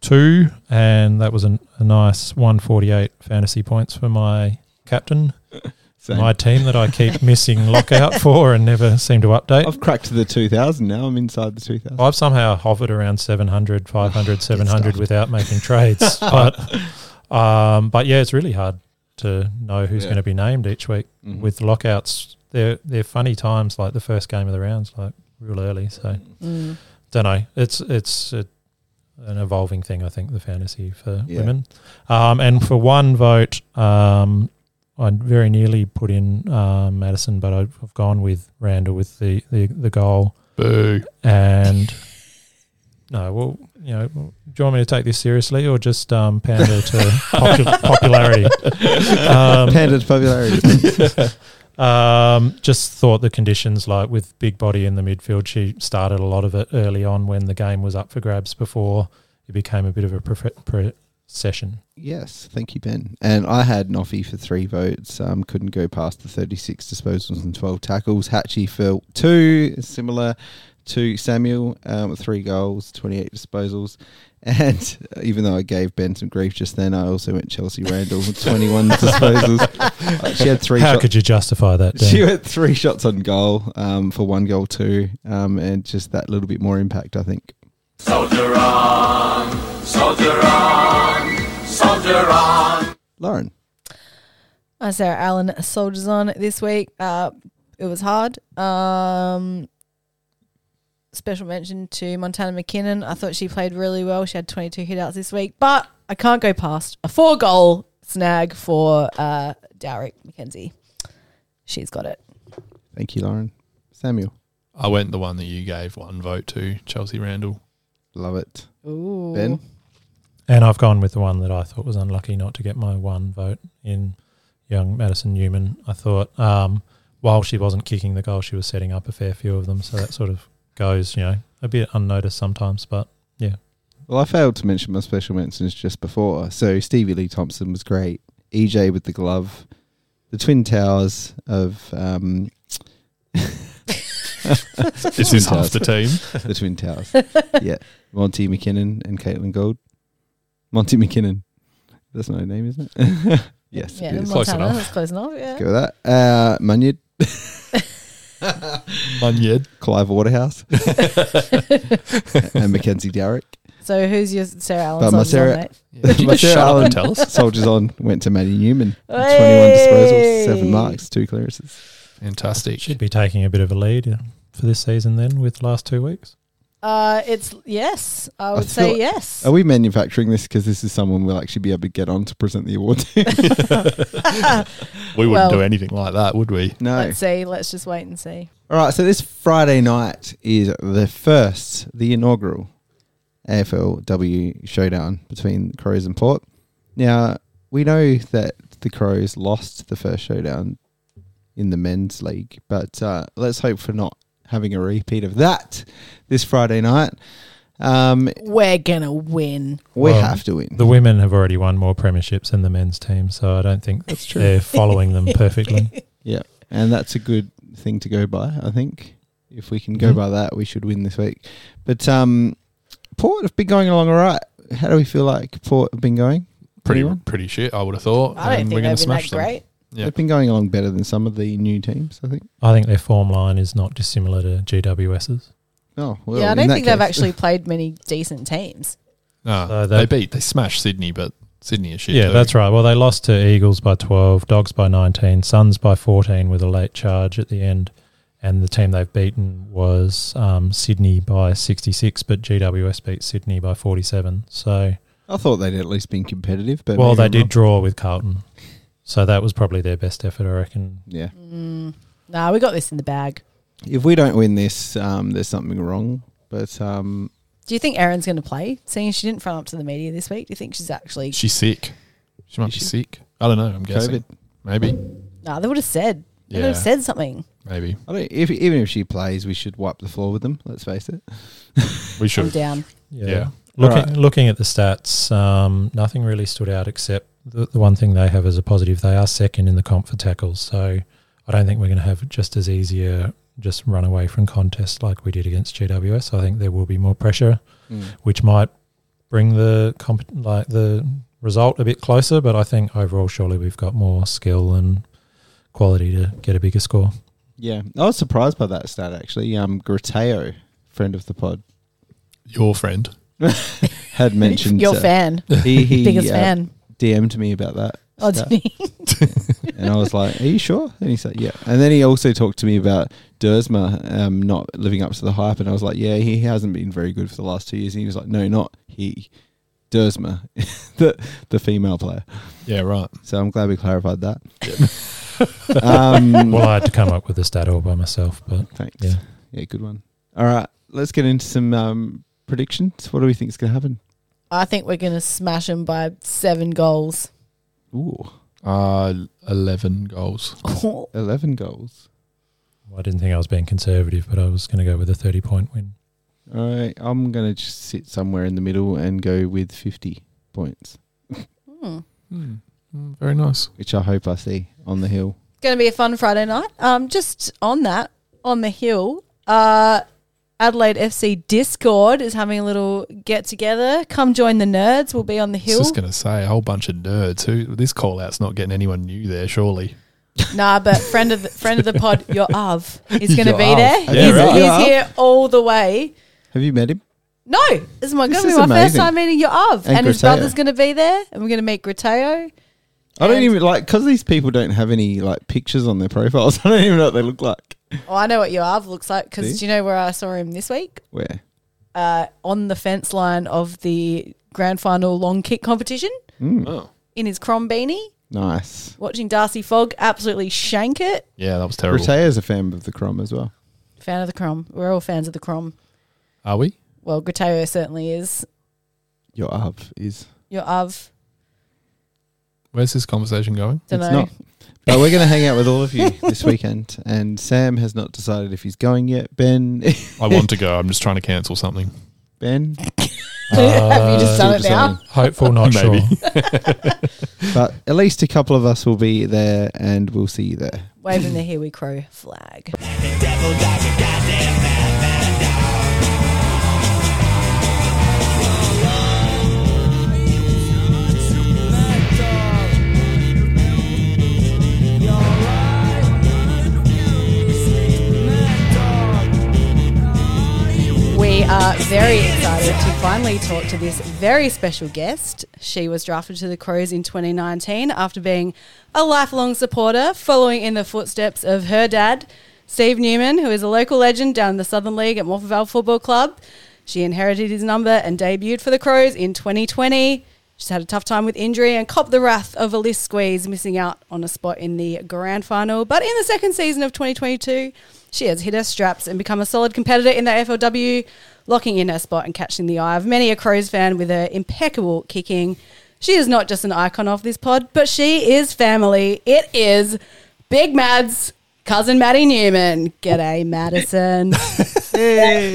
E: two, and that was an, a nice 148 fantasy points for my captain, my team that I keep missing lockout for and never seem to update. I've,
C: I've cracked the 2000 now. I'm inside the 2000.
E: somehow hovered around 700, 500, 700 without making trades, but um, but yeah, it's really hard to know who's
C: Yeah.
E: going to be named each week
C: Mhm.
E: with lockouts. They're they're funny times, like the first game of the rounds, like real early. So.
A: Mm.
E: don't know. It's it's a, an evolving thing, I think, the fantasy for
C: Yeah.
E: women. Um, and for one vote, um, I very nearly put in um, Madison, but I've, I've gone with Randall with the, the, the goal.
D: Boo.
E: And no, well, you know, do you want me to take this seriously or just um, pander to popul- popularity? Um,
C: Pandered popularity.
E: um, just thought the conditions, like with big body in the midfield, she started a lot of it early on when the game was up for grabs before it became a bit of a prof- procession.
C: Yes, thank you, Ben. And I had Noffy for three votes. Um, couldn't go past the 36 disposals and 12 tackles. Hatchie for two, similar to Samuel, um, with three goals, 28 disposals. And even though I gave Ben some grief just then, I also went Chelsea Randall with 21 disposals. Uh, She had three
E: How
C: shots.
E: could you justify that? Dan?
C: She had three shots on goal um, for one goal, too, um, and just that little bit more impact, I think. Soldier on, soldier on, soldier on. Lauren.
A: Uh, Sarah Allen soldiers on this week. Uh, it was hard. Um, special mention to Montana McKinnon. I thought she played really well. She had 22 hitouts this week, but I can't go past a four goal snag for uh, Dowrick McKenzie. She's got it.
C: Thank you, Lauren. Samuel.
D: I went the one that you gave one vote to, Chelsea Randall.
C: Love it.
A: Ooh.
C: Ben.
E: and I've gone with the one that I thought was unlucky not to get my one vote in young Madison Newman. I thought um, while she wasn't kicking the goal, she was setting up a fair few of them. So that sort of goes, you know, a bit unnoticed sometimes, but
C: Well, I failed to mention my special mentions just before. So Stevie Lee Thompson was great. EJ with the glove. The twin towers of um,
D: This is half the team.
C: the twin towers. yeah, Monty McKinnon and Caitlin Gold. Monty McKinnon. That's not her name, isn't it? yes,
A: Yeah,
C: it is.
D: Close
A: Montana.
D: enough.
A: That's close enough. Yeah.
C: Go with that. Uh, Munyard,
D: Munyed.
C: Clive Waterhouse, and Mackenzie Darrick.
A: So who's your Sarah Allen?
C: But my
A: soldiers on,
C: Sarah-
A: mate?
D: Did you
C: My
D: just shut
C: Sarah
D: up
C: Allen.
D: and tell us?
C: Soldiers on went to Maddie Newman.
A: Hey!
C: Twenty-one disposals, seven marks, two clearances.
D: Fantastic.
E: should be taking a bit of a lead uh, for this season then with the last two weeks.
A: Uh, it's yes. I would
C: feel-
A: say yes.
C: Are we manufacturing this because this is someone we'll actually be able to get on to present the award? to?
D: We wouldn't
A: Well-
D: do anything like that, would we?
C: no.
A: Let's see. Let's just wait and see.
C: All right, so this Friday night is the first, the inaugural AFLW showdown between Crows and Port. Now, we know that the Crows lost the first showdown in the men's league, but uh, let's hope for not having a repeat of that this Friday night. Um,
A: We're gonna win.
C: we
E: Well,
C: have to win.
E: The women have already won more premierships than the men's team, so I don't think That's
C: true.
E: they're following them perfectly.
C: Yeah, and that's a good thing to go by. I think if we can go
E: Mhm.
C: by that, we should win this week. But um, Port have been going along all right. How do we feel like Port have been going?
D: Pretty
C: Anyone?
D: pretty shit, I would have thought.
A: I don't think
D: and
A: they've
D: we're
A: been
D: gonna
A: that
D: smash them.
A: great.
D: Yeah.
C: They've been going along better than some of the new teams, I think.
E: I think their form line is not dissimilar to GWS's.
C: Oh, well.
A: yeah, I
C: in
A: don't
C: that
A: think they've
C: case-
A: actually played many decent teams.
D: No,
E: So
D: they,
E: they-
D: beat, they smashed Sydney, but Sydney is shit.
E: Uh, Yeah,
D: too.
E: that's right. Well, they lost to Eagles by 12, Dogs by 19, Suns by 14 with a late charge at the end. And the team they've beaten was um, Sydney by 66, but GWS beat Sydney by 47. So,
C: I thought they'd at least been competitive, but
E: well,
C: maybe
E: they
C: I'm
E: did
C: wrong.
E: draw with Carlton. So that was probably their best effort, I reckon.
C: Yeah.
A: Mm, Nah, we got this in the bag.
C: If we don't win this, um, there's something wrong. But um,
A: Do you think Erin's going to play? Seeing she didn't front up to the media this week, do you think she's actually?
D: She's sick. She might be sick. I don't know. I'm guessing.
C: COVID.
D: Maybe.
A: Nah, they would have said. They would have
D: Yeah.
A: said something.
D: Maybe.
C: I don't, if, even if she plays, we should wipe the floor with them. Let's face it.
D: We
A: I'm
D: should.
A: down.
E: Yeah.
D: Yeah.
E: Looking,
C: Alright.
E: looking at the stats, um, nothing really stood out except the, the one thing they have as a positive. They are second in the comp for tackles. So I don't think we're going to have just as easy a just run away from contest like we did against GWS. I think there will be more pressure, which might bring the comp, like the result a bit closer. But I think overall, surely we've got more skill and quality to get a bigger score.
C: Yeah, I was surprised by that stat actually. Um, Grateo, friend of the pod,
D: Your friend.
C: had mentioned
A: Your
C: uh,
A: fan,
C: He, he
A: biggest
C: uh,
A: fan.
C: DM'd me about that.
A: Oh,
C: stat.
A: didn't he?
C: and I was like, "Are you sure?" And he said, "Yeah." And then he also talked to me about Dersma um, not living up to the hype, and I was like, "Yeah, he hasn't been very good for the last two years." And he was like, "No, not he, Dersma, the the female player."
D: Yeah, right.
C: So I'm glad we clarified that. um,
E: Well, I had to come up with the stat all by myself, but
C: thanks. Yeah.
E: Yeah.
C: good one. All right, let's get into some um, predictions. What do we think is going to happen?
A: I think we're going to smash him by seven goals.
C: Ooh,
D: Uh, 11 goals.
A: All
C: eleven goals.
E: I didn't think I was being conservative, but I was going to go with a 30 point win.
C: All right, I'm gonna just sit somewhere in the middle and go with 50 points,
D: Hmm. Hmm, Very nice.
C: which I hope I see on the hill.
A: going to be a fun Friday night. Um, just on that, on the hill, uh, Adelaide FC Discord is having a little get together. Come join the nerds. We'll be on the
D: I was
A: hill.
D: just going to say a whole bunch of nerds. Who This call out's not getting anyone new there, surely.
A: Nah, but friend of the, friend of the pod, your Av, is going to
D: Your
A: be
D: Av.
A: there.
D: Yeah,
A: he's
D: right.
A: he's
C: Your Av.
A: here all the way.
C: Have you met him?
A: No, this is my
C: This
A: going to be
C: is
A: my first
C: amazing.
A: time meeting your Av,
C: And
A: and, his
C: Grateo.
A: brother's going to be there, and we're going to meet Grateo.
C: I don't
A: And-
C: even like because these people don't have any like pictures on their profiles. I don't even know what they look like.
A: Oh, I know what your Av looks like because
C: See?
A: do you know where I saw him this week?
C: Where?
A: Uh, on the fence line of the grand final long kick competition
D: Oh.
A: in his crom beanie,
C: Hmm, Nice.
A: watching Darcy Fogg absolutely shank it.
D: Yeah, that was terrible.
C: Ratea's a fan of the Crom as well.
A: Fan of the crom. We're all fans of the crom.
D: Are we?
A: Well, Grateo certainly is.
C: Your up is.
A: Your Av.
D: Where's this conversation going?
A: Don't
C: it's
A: know.
C: not. But we're going to hang out with all of you this weekend, and Sam has not decided if he's going yet. Ben,
D: I want to go. I'm just trying to cancel something.
C: Ben,
E: Uh,
A: Have you just
C: still
A: done it now?
C: deciding.
E: Hopeful, not sure.
D: Maybe.
C: but at least a couple of us will be there, and we'll see you there.
A: waving the Here We Crow flag. We are very excited to finally talk to this very special guest. She was drafted to the Crows in 2019 after being a lifelong supporter, following in the footsteps of her dad, Steve Newman, who is a local legend down in the Southern League at Morphevale Football Club. She inherited his number and debuted for the Crows in 2020. She's had a tough time with injury and copped the wrath of a list squeeze, missing out on a spot in the grand final. But in the second season of 2022, she has hit her straps and become a solid competitor in the AFLW, locking in her spot and catching the eye of many a Crows fan with her impeccable kicking. She is not just an icon of this pod, but she is family. It is Big Mads, cousin Maddie Newman. G'day, Madison.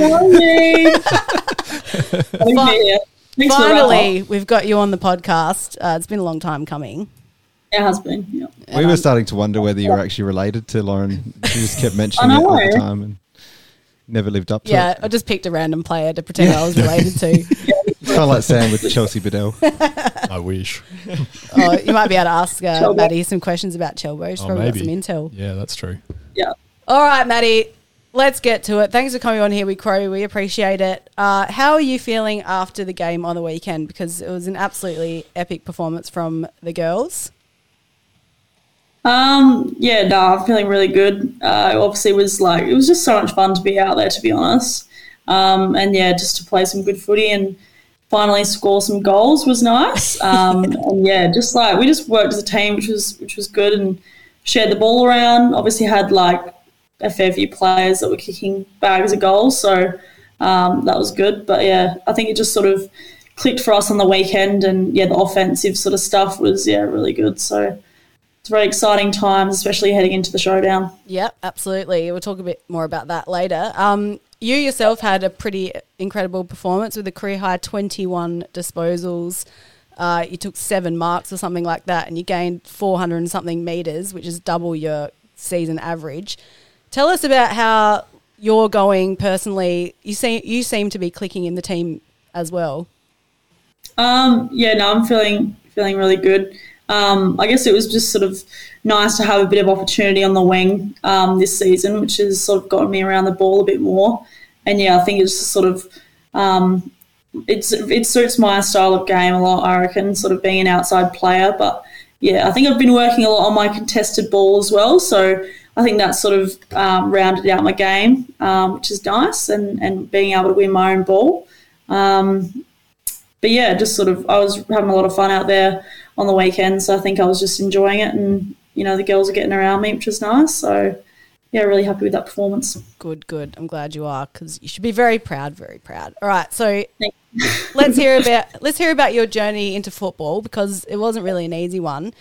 G: Morning. I'm here. Thanks
A: Finally, we've got you on the podcast. Uh, it's been a long time coming.
G: for that. It has been. Yeah.
C: We were starting to wonder whether you were actually related to Lauren. She just kept mentioning
G: I
C: it all the
G: know.
C: time and never lived up to
A: Yeah,
C: it.
A: I just picked a random player to pretend I was related to.
C: It's kind of like Sam with Chelsea Bedell.
D: I wish.
A: oh, you might be able to ask uh,
G: Chelbo.
A: Maddie some questions about Chelbo. She's
D: Oh,
A: probably
D: maybe.
A: got some intel.
D: Yeah, that's true.
G: Yeah.
A: All right, Maddie, let's get to it. Thanks for coming on here. We crow. We appreciate it. Uh, how are you feeling after the game on the weekend? Because it was an absolutely epic performance from the girls.
G: Um, yeah, nah, I'm feeling really good. Uh, it obviously was like, it was just so much fun to be out there, to be honest. Um, and yeah, just to play some good footy and finally score some goals was nice. Um, and yeah, just like, we just worked as a team, which was, which was good and shared the ball around. Obviously had like a fair few players that were kicking bags of goals. So, um, that was good. But yeah, I think it just sort of clicked for us on the weekend. And yeah, the offensive sort of stuff was, yeah, really good. So, it's very exciting times, especially heading into the showdown.
A: Yep, absolutely. We'll talk a bit more about that later. Um, you yourself had a pretty incredible performance with a career high 21 disposals. Uh, you took seven marks or something like that, and you gained 400 and something meters, which is double your season average. Tell us about how you're going personally. You seem you seem to be clicking in the team as well.
G: Um, yeah, no, I'm feeling feeling really good. Um, I guess it was just sort of nice to have a bit of opportunity on the wing um, this season, which has sort of gotten me around the ball a bit more. And yeah, I think it's just sort of um, it's it suits my style of game a lot. I reckon, sort of being an outside player, but yeah, I think I've been working a lot on my contested ball as well. So I think that's sort of um, rounded out my game, um, which is nice, and and being able to win my own ball. Um, but yeah, just sort of I was having a lot of fun out there on the weekend, so I think I was just enjoying it, and you know the girls are getting around me, which was nice. So yeah, really happy with that performance.
A: Good, good. I'm glad you are because you should be very proud, very proud. All right, so let's hear about let's hear about your journey into football because it wasn't really an easy one.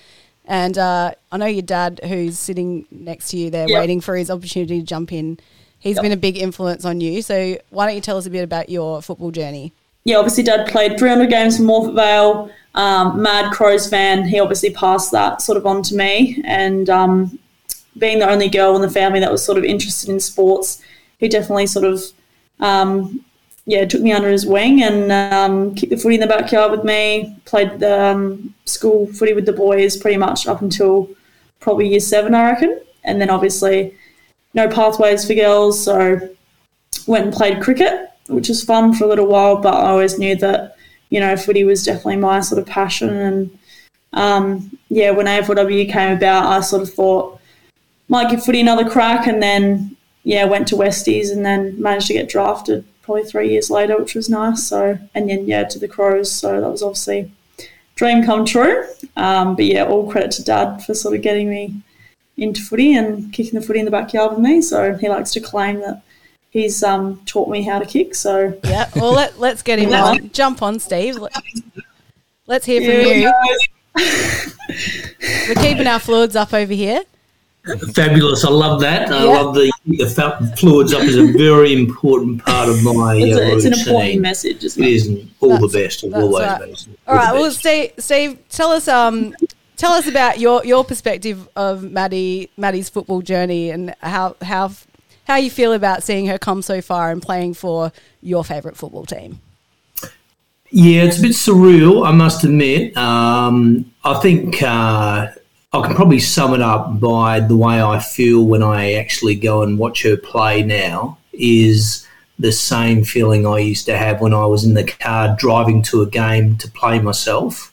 A: And uh, I know your dad, who's sitting next to you there,
G: Yep.
A: waiting for his opportunity to jump in. He's been a big influence on you. So why don't you tell us a bit about your football journey?
G: yeah, obviously Dad played 300 games for Morford Vale. Um, Mad Crows fan, he obviously passed that sort of on to me. And um, being the only girl in the family that was sort of interested in sports, he definitely sort of, um, yeah, took me under his wing and um, kicked the footy in the backyard with me. Played the um, school footy with the boys pretty much up until probably year seven, I reckon. And then obviously no pathways for girls, so went and played cricket, which was fun for a little while, but I always knew that, you know, footy was definitely my sort of passion. And um, yeah, when AFLW came about, I sort of thought, might give footy another crack. And then, yeah, went to Westies and then managed to get drafted probably three years later, which was nice. So, and then, yeah, to the Crows. So that was obviously dream come true. Um, but yeah, all credit to Dad for sort of getting me into footy and kicking the footy in the backyard with me. So he likes to claim that he's um, taught me how to kick. So
A: Yeah. Well, let, let's get him
G: Yeah.
A: on. Jump on, Steve. Let- Let's hear from
G: Yeah,
A: you.
G: no,
A: We're keeping our fluids up over here.
H: Fabulous. I love that. I
A: Yeah.
H: love the, the fa- fluids up is a very important part of my
G: it's,
H: uh,
G: a, it's an important
H: routine.
G: message. Isn't
H: It
G: it?
H: is and all the
A: That's-
H: best. It
A: that's
H: always
A: right.
H: is.
A: All right.
H: the
A: Well,
H: best.
A: Steve, Steve, tell us, um, tell us about your, your perspective of Maddie Maddie's football journey and how how how you feel about seeing her come so far and playing for your favourite football team.
H: Yeah, it's a bit surreal, I must admit. Um, I think uh, I can probably sum it up by the way I feel when I actually go and watch her play now is the same feeling I used to have when I was in the car driving to a game to play myself.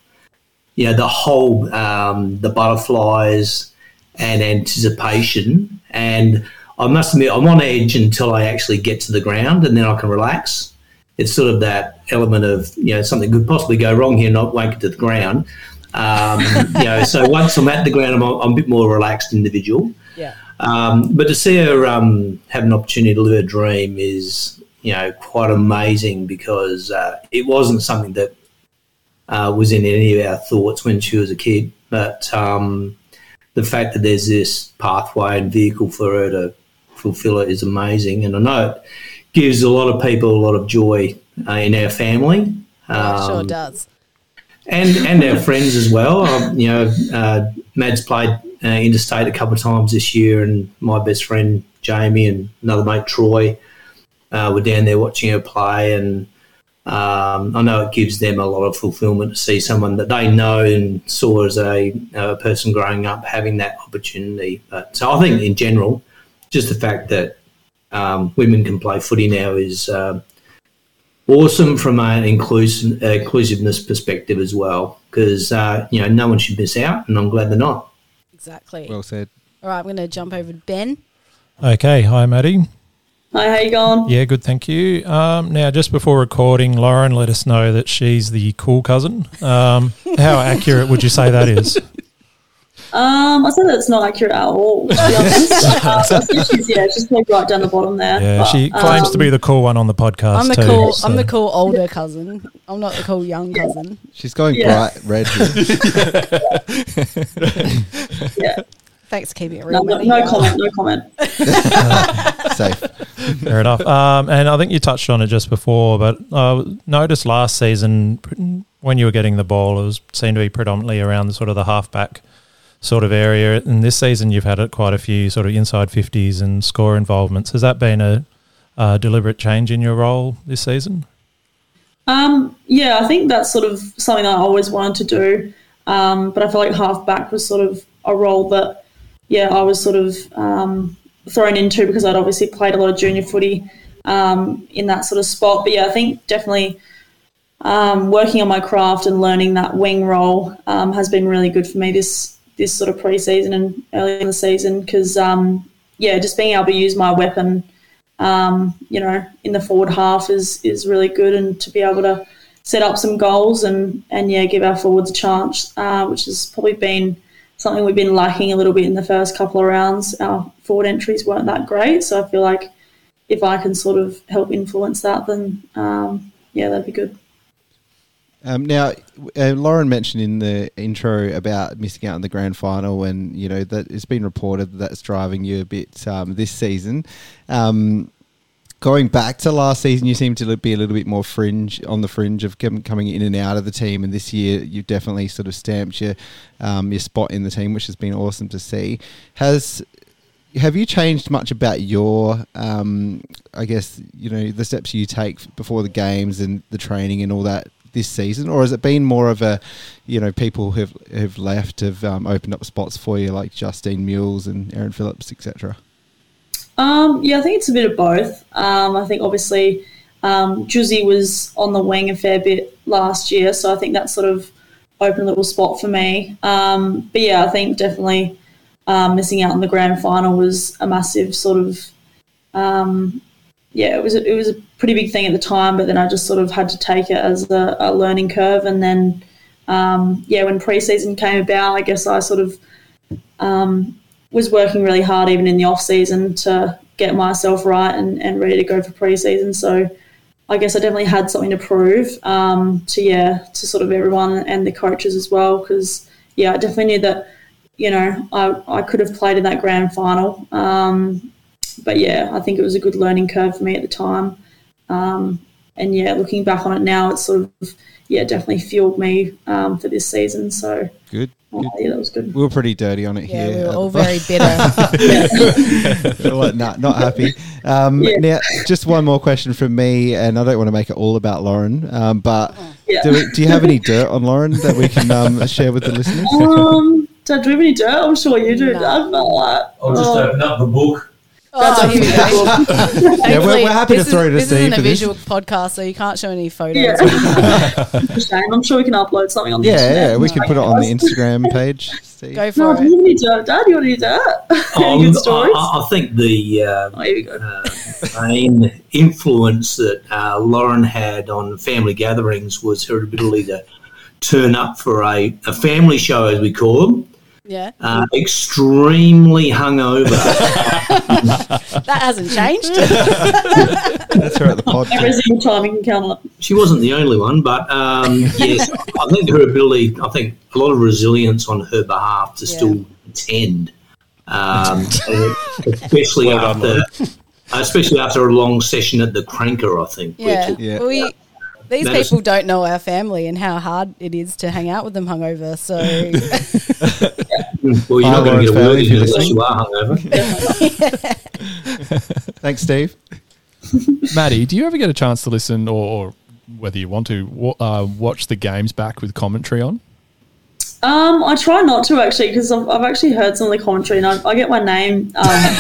H: You know, the whole, um, the butterflies and anticipation. And I must admit, I'm on edge until I actually get to the ground and then I can relax it's sort of that element of you know something could possibly go wrong here, not wake it to the ground. Um, you know, so once I'm at the ground, I'm, a- I'm a bit more relaxed individual.
A: Yeah.
H: Um, but to see her um, have an opportunity to live a dream is, you know, quite amazing because uh, it wasn't something that uh, was in any of our thoughts when she was a kid. But um, the fact that there's this pathway and vehicle for her to fulfill it is amazing. And I know it gives a lot of people a lot of joy uh, in our family.
A: Yeah, sure
H: Um,
A: does.
H: and and our friends as well. Um, you know, uh, Mads played uh, interstate a couple of times this year, and my best friend Jamie and another mate Troy uh, were down there watching her play, and Um, I know it gives them a lot of fulfillment to see someone that they know and saw as a, a person growing up having that opportunity. But, so I think in general, just the fact that um, women can play footy now is um awesome from an inclusive, inclusiveness perspective as well. Because uh, you know no one should miss out, and I'm glad they're not.
A: Exactly.
C: Well said.
A: All right, I'm going to jump over to Ben.
E: Okay, hi Maddie.
G: Hi, how you going?
E: Yeah, good, thank you. Um, now, just before recording, Lauren let us know that she's the cool cousin. Um, how accurate would you say that is?
G: Um, I said that it's not accurate at all. To be honest. Uh, I think she's, yeah, she's like right down the bottom there.
E: Yeah,
G: but,
E: she claims to
G: um,
E: be the cool one on the podcast.
A: Uh, I'm the
E: too,
A: cool.
E: so-
A: I'm the cool older cousin. I'm not the cool young cousin.
C: She's going
G: Yeah.
C: bright red here.
G: Yeah,
A: Thanks for keeping it
G: no,
A: real.
G: no,
A: Maddie.
G: no comment. No comment.
C: Safe.
E: Fair enough. Um, and I think you touched on it just before, but I noticed last season when you were getting the ball, it was seemed to be predominantly around the sort of the halfback sort of area. And this season, you've had it quite a few sort of inside fifties and score involvements. Has that been a, uh deliberate change in your role this season?
G: Um, yeah, I think that's sort of something I always wanted to do, um, but I feel like halfback was sort of a role that, yeah, I was sort of um, thrown into because I'd obviously played a lot of junior footy um, in that sort of spot. But yeah, I think definitely um, working on my craft and learning that wing role um, has been really good for me this this sort of preseason and early in the season because um, yeah, just being able to use my weapon um, you know, in the forward half is is really good, and to be able to set up some goals and and yeah, give our forwards a chance, uh, which has probably been something we've been lacking a little bit in the first couple of rounds. Our forward entries weren't that great, so I feel like if I can sort of help influence that, then um, yeah, that'd be good.
C: Um, now, uh, Lauren mentioned in the intro about missing out on the grand final, and you know that it's been reported that that's driving you a bit um, this season. Um, going back to last season, you seem to be a little bit more fringe on the fringe of com- coming in and out of the team, and this year you've definitely sort of stamped your um, your spot in the team, which has been awesome to see. Has have you changed much about your um, i guess you know the steps you take before the games and the training and all that this season or has it been more of a you know people who've have left have um, opened up spots for you like justine mules and aaron phillips etc
G: Um, yeah, I think it's a bit of both. Um, I think obviously um, Juzzy was on the wing a fair bit last year, so I think that sort of opened a little spot for me. Um, but yeah, I think definitely um, missing out on the grand final was a massive sort of um, yeah, it was a, it was a pretty big thing at the time, but then I just sort of had to take it as a, a learning curve, and then um, yeah, when preseason came about, I guess I sort of was working really hard even in the off season to get myself right and, and ready to go for preseason. So I guess I definitely had something to prove um, to yeah to sort of everyone and the coaches as well because yeah I definitely knew that you know I, I could have played in that grand final um, but yeah I think it was a good learning curve for me at the time um, and yeah looking back on it now it's sort of yeah definitely fueled me um, for this season so
C: good
G: uh, yeah that was good.
C: we were pretty dirty on it
A: Yeah,
C: here
A: we
C: at
A: were
C: the
A: all
C: bar.
A: very bitter.
C: like, nah, not happy. Um,
G: Yeah.
C: Now, just one more question from me, and I don't want to make it all about Lauren, um, but
G: Yeah.
C: do, we, do you have any dirt on Lauren that we can um, share with the listeners?
G: Um, do I do have any dirt? I'm sure you do.
A: No.
G: I've got a lot.
H: I'll just open up the book.
A: oh, here we go.
C: Yeah, we're-
A: Thankfully,
C: we're happy to
A: this is-
C: throw to
A: This
C: Steve
A: isn't
C: for
A: a
C: this.
A: visual podcast, so you can't show any photos.
G: Yeah.
A: or anything.
G: Shame. I'm sure we can upload something on the
C: Yeah,
G: internet.
C: yeah, we can put it on the Instagram page. Steve.
A: Go
G: No,
A: for
G: do
A: it.
G: you have any dirt, Dad? You want any dirt? any
H: Um,
G: good stories?
H: I, I think the uh,
G: oh, here we go.
H: uh, main influence that uh, Lauren had on family gatherings was her ability to turn up for a, a family show, as we call them,
A: Yeah,
H: uh, extremely hungover.
A: that hasn't changed.
C: That's her at the pod.
G: Every single time you can count on it.
H: she wasn't the only one, but um, yes, I think her ability, I think a lot of resilience on her behalf to still attend, um, and especially
D: Well done,
H: after.
D: Lauren.
H: Especially after a long session at the cranker, I think.
A: Yeah,
C: Yeah.
A: we. These
H: That is-
A: people don't know our family and how hard it is to hang out with them hungover. So
H: Which, well, you're
C: Hi,
H: not going
C: Lawrence
H: to get a
C: Bailey,
H: word
C: if
H: in
C: you're
H: unless
C: listening.
H: you are hungover.
C: Thanks, Steve.
D: Maddie, do you ever get a chance to listen or, or whether you want to wa- uh, watch the games back with commentary on?
G: Um, I try not to actually because I've, I've actually heard some of the commentary and I, I get my name. Um,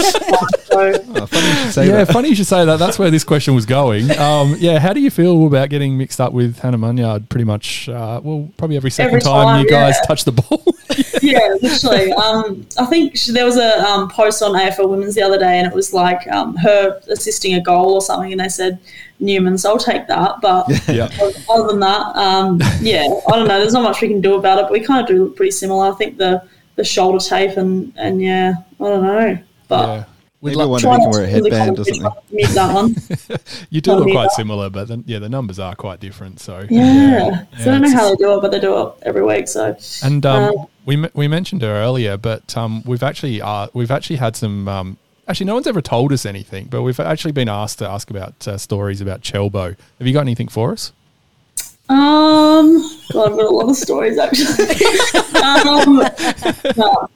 G: so,
C: Oh, funny you should say
D: yeah,
C: that.
D: funny you should say that. That's where this question was going. Um, yeah, how do you feel about getting mixed up with Hannah Munyard pretty much, uh, well, probably every second
G: Every
D: time,
G: time,
D: you guys
G: yeah.
D: touch the ball?
G: yeah, literally. Um, I think she, there was a um, post on AFL Women's the other day and it was like um, her assisting a goal or something, and they said Newman, so I'll take that. But
D: yeah.
G: other than that, um, yeah, I don't know. There's not much we can do about it, but we kind of do look pretty similar. I think the the shoulder tape and and yeah, I don't know, but.
D: yeah.
C: We'd
D: love-
C: one
G: Try
C: who
G: not
C: can
G: to
C: wear a
G: really
C: headband or
G: comment,
C: something.
G: mute that one.
D: You do
G: Not
D: look
G: me,
D: quite
G: but-
D: similar, but then, yeah, the numbers are quite different. So
G: Yeah. So I don't know
D: it's-
G: how they do it, but they do it every week. So
D: And um,
G: Uh,
D: we me- we mentioned her earlier, but um, we've actually uh, we've actually had some. Um, actually, no one's ever told us anything, but we've actually been asked to ask about uh, stories about Chelbo. Have you got anything for us?
G: um, God, I've got a lot of stories actually. um, no,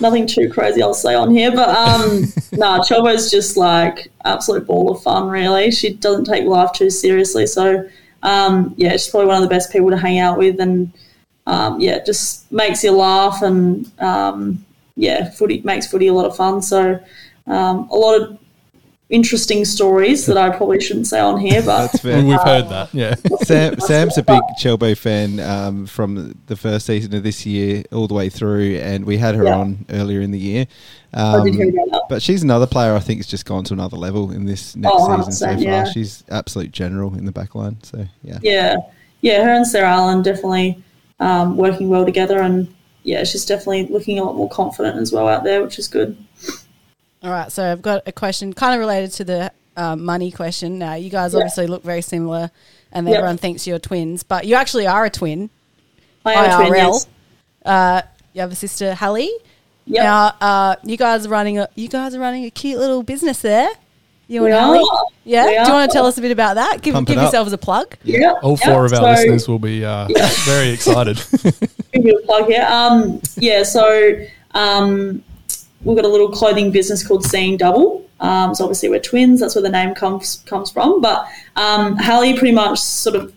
G: nothing too crazy I'll say on here, but um, nah, Chobo's just like absolute ball of fun. Really, she doesn't take life too seriously. So um, yeah, she's probably one of the best people to hang out with, and um, yeah, just makes you laugh and um, yeah, footy makes footy a lot of fun. So um, a lot of interesting stories that I probably shouldn't say on here, but
C: That's fair.
D: We've heard that. Yeah.
C: Sam, Sam's a big Chelbo fan um, from the first season of this year all the way through, and we had her
G: Yeah.
C: on earlier in the year.
G: I did hear
C: Um,
G: about that.
C: but she's another player I think has just gone to another level in this next
G: Oh,
C: season so
G: 100%,
C: far.
G: yeah.
C: She's absolute general in the back line. So, yeah.
G: yeah, yeah, her and Sarah Allen definitely um, working well together, and yeah, she's definitely looking a lot more confident as well out there, which is good.
A: All right, so I've got a question kind of related to the uh, money question. Now, you guys obviously look very similar, and
G: Yeah.
A: everyone thinks you're twins, but you actually are a twin.
G: I am a twin,
A: IRL.
G: yes.
A: Uh, You have a sister, Hallie.
G: Yep.
A: Now, uh, you guys are running a you guys are running a cute little business there. You
G: We
A: and
G: are.
A: Hallie, yeah.
G: We
A: Do you
G: are.
A: want to tell us a bit about that? Give,
C: Pump it
A: give
C: up.
A: yourselves a plug.
G: Yep,
D: All
G: yep.
D: four of our
G: So-
D: listeners will be uh, very excited.
G: give you a plug here. Um, yeah, so um, we've got a little clothing business called Seeing Double. Um, so obviously we're twins. That's where the name comes comes from. But um, Hallie pretty much sort of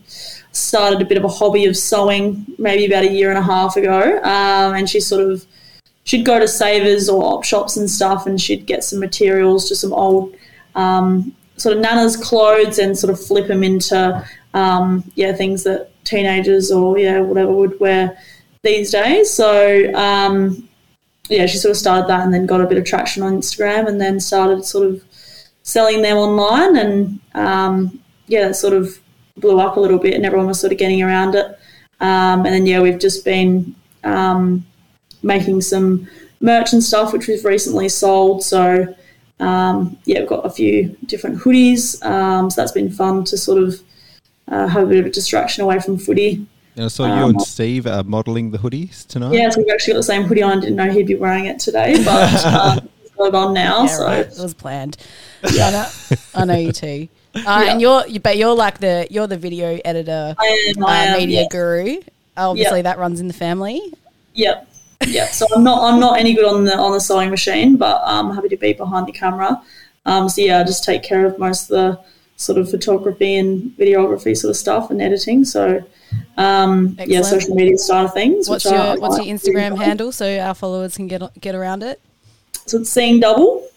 G: started a bit of a hobby of sewing maybe about a year and a half ago, um, and she sort of she'd go to savers or op shops and stuff, and she'd get some materials, just some old um, sort of nana's clothes, and sort of flip them into um, yeah things that teenagers or yeah whatever would wear these days. So um, yeah, she sort of started that and then got a bit of traction on Instagram and then started sort of selling them online and um, yeah, that sort of blew up a little bit and everyone was sort of getting around it. Um, and then yeah, we've just been um, making some merch and stuff which we've recently sold. So um, yeah, we've got a few different hoodies. Um, so that's been fun to sort of uh, have a bit of a distraction away from footy.
C: And I saw you and Steve are modelling the hoodies tonight.
G: Um, Yeah, so we've actually got the same hoodie on. I didn't know he'd be wearing it today, but um, he's got it on now.
A: Yeah,
G: so
A: right. It was planned. Yeah, I, know, I know you too. Uh, And you're, you, but you're like the you're the video editor,
G: I am,
A: uh,
G: I am,
A: media
G: um, yeah.
A: guru. Obviously,
G: Yeah.
A: that runs in the family.
G: yep, yep. So I'm not I'm not any good on the on the sewing machine, but um, I'm happy to be behind the camera. Um, so yeah, I just take care of most of the sort of photography and videography sort of stuff and editing. So um, yeah,
A: Excellent.
G: social media side of things.
A: What's
G: which I-
A: your What's
G: I-
A: your Instagram handle so our followers can get get around it?
G: So it's seeing double.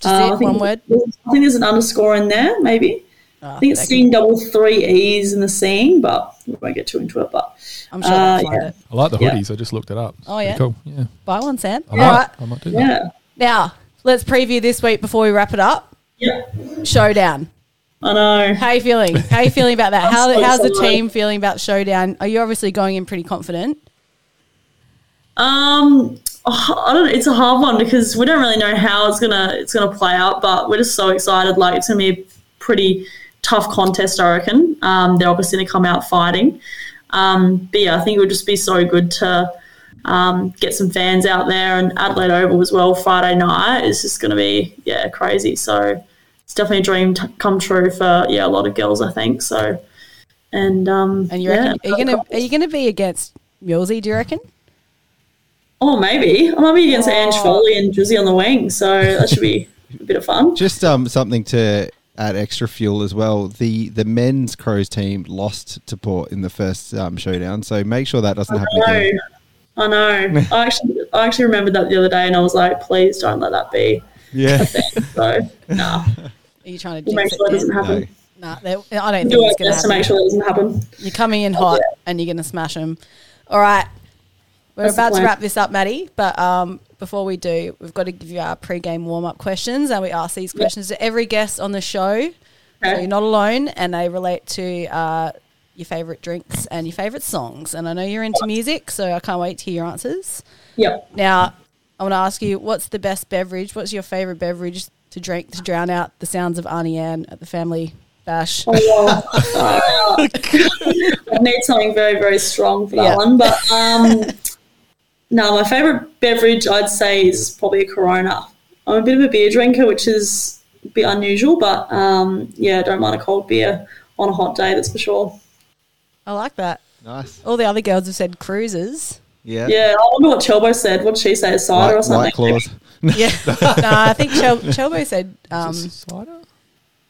A: Just
G: Uh, I
A: it,
G: think-
A: one word.
G: I think there's an underscore in there, maybe.
A: Oh,
G: I think it's
A: okay.
G: seeing double three E's in the seeing, but we won't get too into it. But
A: I'm sure they'll
G: uh,
A: find
G: yeah.
A: it.
D: I like the
G: Yeah.
D: hoodies. I just looked it up. It's
A: Oh,
D: pretty
A: yeah?
D: Cool. Yeah.
A: Buy one, Sam.
D: I
A: All
D: might,
A: right.
D: I might do that.
G: Yeah.
A: Now, let's preview this week before we wrap it up.
G: Yeah.
A: Showdown.
G: I know.
A: How you feeling? How you feeling about that? How,
G: so
A: how's the
G: excited.
A: team feeling about Showdown? Are you obviously going in pretty confident?
G: Um, I don't. It's a hard one because we don't really know how it's gonna it's gonna play out, but we're just so excited. Like it's gonna be a pretty tough contest, I reckon. Um, they're obviously gonna come out fighting. Um, but yeah, I think it would just be so good to um, get some fans out there and Adelaide Oval as well. Friday night is just gonna be yeah crazy. So it's definitely a dream t- come true for yeah a lot of girls, I think. So and um
A: And you
G: yeah,
A: reckon, are you gonna are you gonna be against Millsy? Do you reckon?
G: Oh, maybe. I might be against Ange Foley and Drizzy on the wing, so that should be a bit of fun.
C: Just um, something to at Extra Fuel as well. The the men's Crows team lost to Port in the first um, showdown, so make sure that doesn't happen
G: I
C: again.
G: know. I know. I actually, I actually remembered that the other day, and I was like, please don't let that be.
C: Yeah.
G: So, nah,
A: Are you trying to
G: we'll make
A: jinx
G: sure it
A: it?
G: doesn't
A: Dan?
G: happen.
C: No.
A: Nah, they- I don't think
G: Do our
A: it's going
G: best to make sure it doesn't happen.
A: You're coming in hot and you're going to smash them. All right. We're
G: That's the
A: about to
G: plan.
A: wrap this up, Maddie. But um, before we do, we've got to give you our pre-game warm-up questions, and we ask these questions to every guest on the show, so
G: Okay.
A: you're not alone, and they relate to uh, your favorite drinks and your favorite songs. And I know you're into music, so I can't wait to hear your answers.
G: Yep.
A: Now, I want to ask you, what's the best beverage? What's your favorite beverage to drink to drown out the sounds of Arnie Ann at the family bash?
G: Oh, well. I need something very, very strong for that
A: Yeah.
G: one. But um, no, my favourite beverage I'd say is probably a Corona. I'm a bit of a beer drinker, which is a bit unusual, but um, yeah, I don't mind a cold beer on a hot day. That's for sure.
A: I like that.
C: nice.
A: All the other girls have said cruises.
C: Yeah.
G: Yeah, I wonder what Chelbo said. What did she say? A cider
C: White,
G: or something?
C: White claws.
A: Yeah. no, I think Chel- Chelbo said. Um, Oh,
D: cider?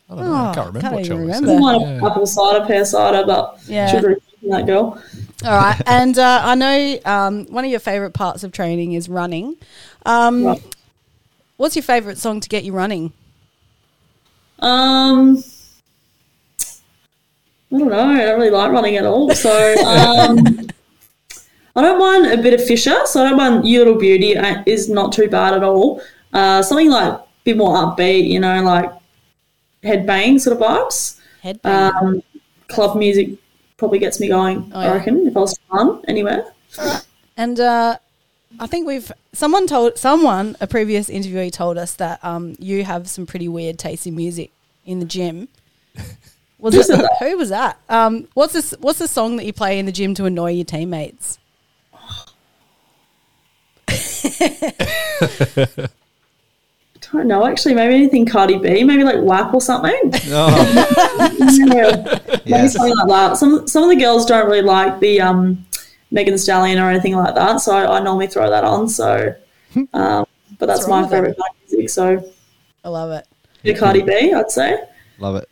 D: I don't know. I can't remember
A: can't
D: what
A: even
D: Charlie
A: remember.
D: said.
G: I want
D: Yeah.
G: a apple cider, pear cider, but
A: Yeah.
G: should be that girl.
A: all right. And uh, I know um, one of your favourite parts of training is running. Um,
G: Right.
A: what's your favourite song to get you running?
G: Um, I don't know. I don't really like running at all. So um, I don't mind a bit of Fisher. So I don't mind You Little Beauty uh, is not too bad at all. Uh, something like a bit more upbeat, you know, like headbang sort of vibes.
A: Headband.
G: Um, club music probably gets me going,
A: Oh, yeah.
G: I reckon, if I was to run anywhere.
A: and uh, I think we've someone told someone a previous interviewee told us that um, you have some pretty weird taste in music in the gym. Was it, who was that? Um, what's this? What's the song that you play in the gym to annoy your teammates?
G: I don't know, actually. Maybe anything Cardi B, maybe like WAP or something.
C: Oh,
G: Yeah. Maybe
C: yes.
G: something like that. Some some of the girls don't really like the um, Megan Stallion or anything like that, so I, I normally throw that on. So, um, but that's
A: What's wrong
G: my
A: with that?
G: favorite kind of music. So,
A: I love it.
G: the Cardi
C: Mm-hmm.
G: B, I'd say.
C: Love it.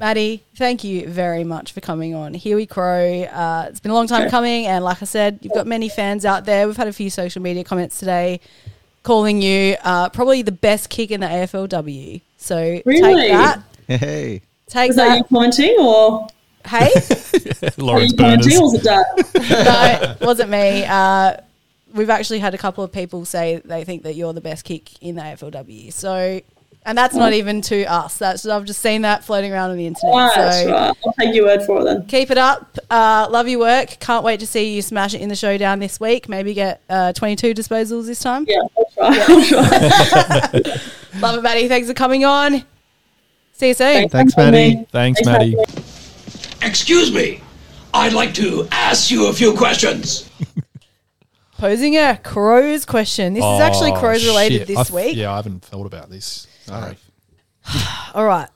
A: Maddie, thank you very much for coming on. Here we crow. Uh, it's been a long time coming, and like I said, you've got many fans out there. We've had a few social media comments today calling you uh, probably the best kick in the AFLW. So
G: Really?
A: take that.
C: Hey.
A: Take
G: Is that you
A: that.
G: commenting or
A: Hey,
G: are
D: Lawrence
G: you
D: Burners.
G: commenting or is it Dad?
A: no, it wasn't me. Uh, we've actually had a couple of people say they think that you're the best kick in the AFLW. So, and that's not even to us. That's I've just seen that floating around on the internet.
G: Right,
A: so.
G: right. I'll take your word for it then.
A: Keep it up. Uh, love your work. Can't wait to see you smash it in the showdown this week. Maybe get uh, 22 disposals this time.
G: Yeah, I'll try. I'll try.
A: Love it, Maddie. Thanks for coming on. See you soon.
C: Thanks, Maddie.
D: Thanks,
G: Thanks,
D: Maddie.
I: Excuse me, I'd like to ask you a few questions.
A: Posing a Crows question. This is actually
D: Oh,
A: Crows related
D: shit.
A: this
D: I've-
A: week.
D: Yeah, I haven't thought about this. Sorry.
A: All right.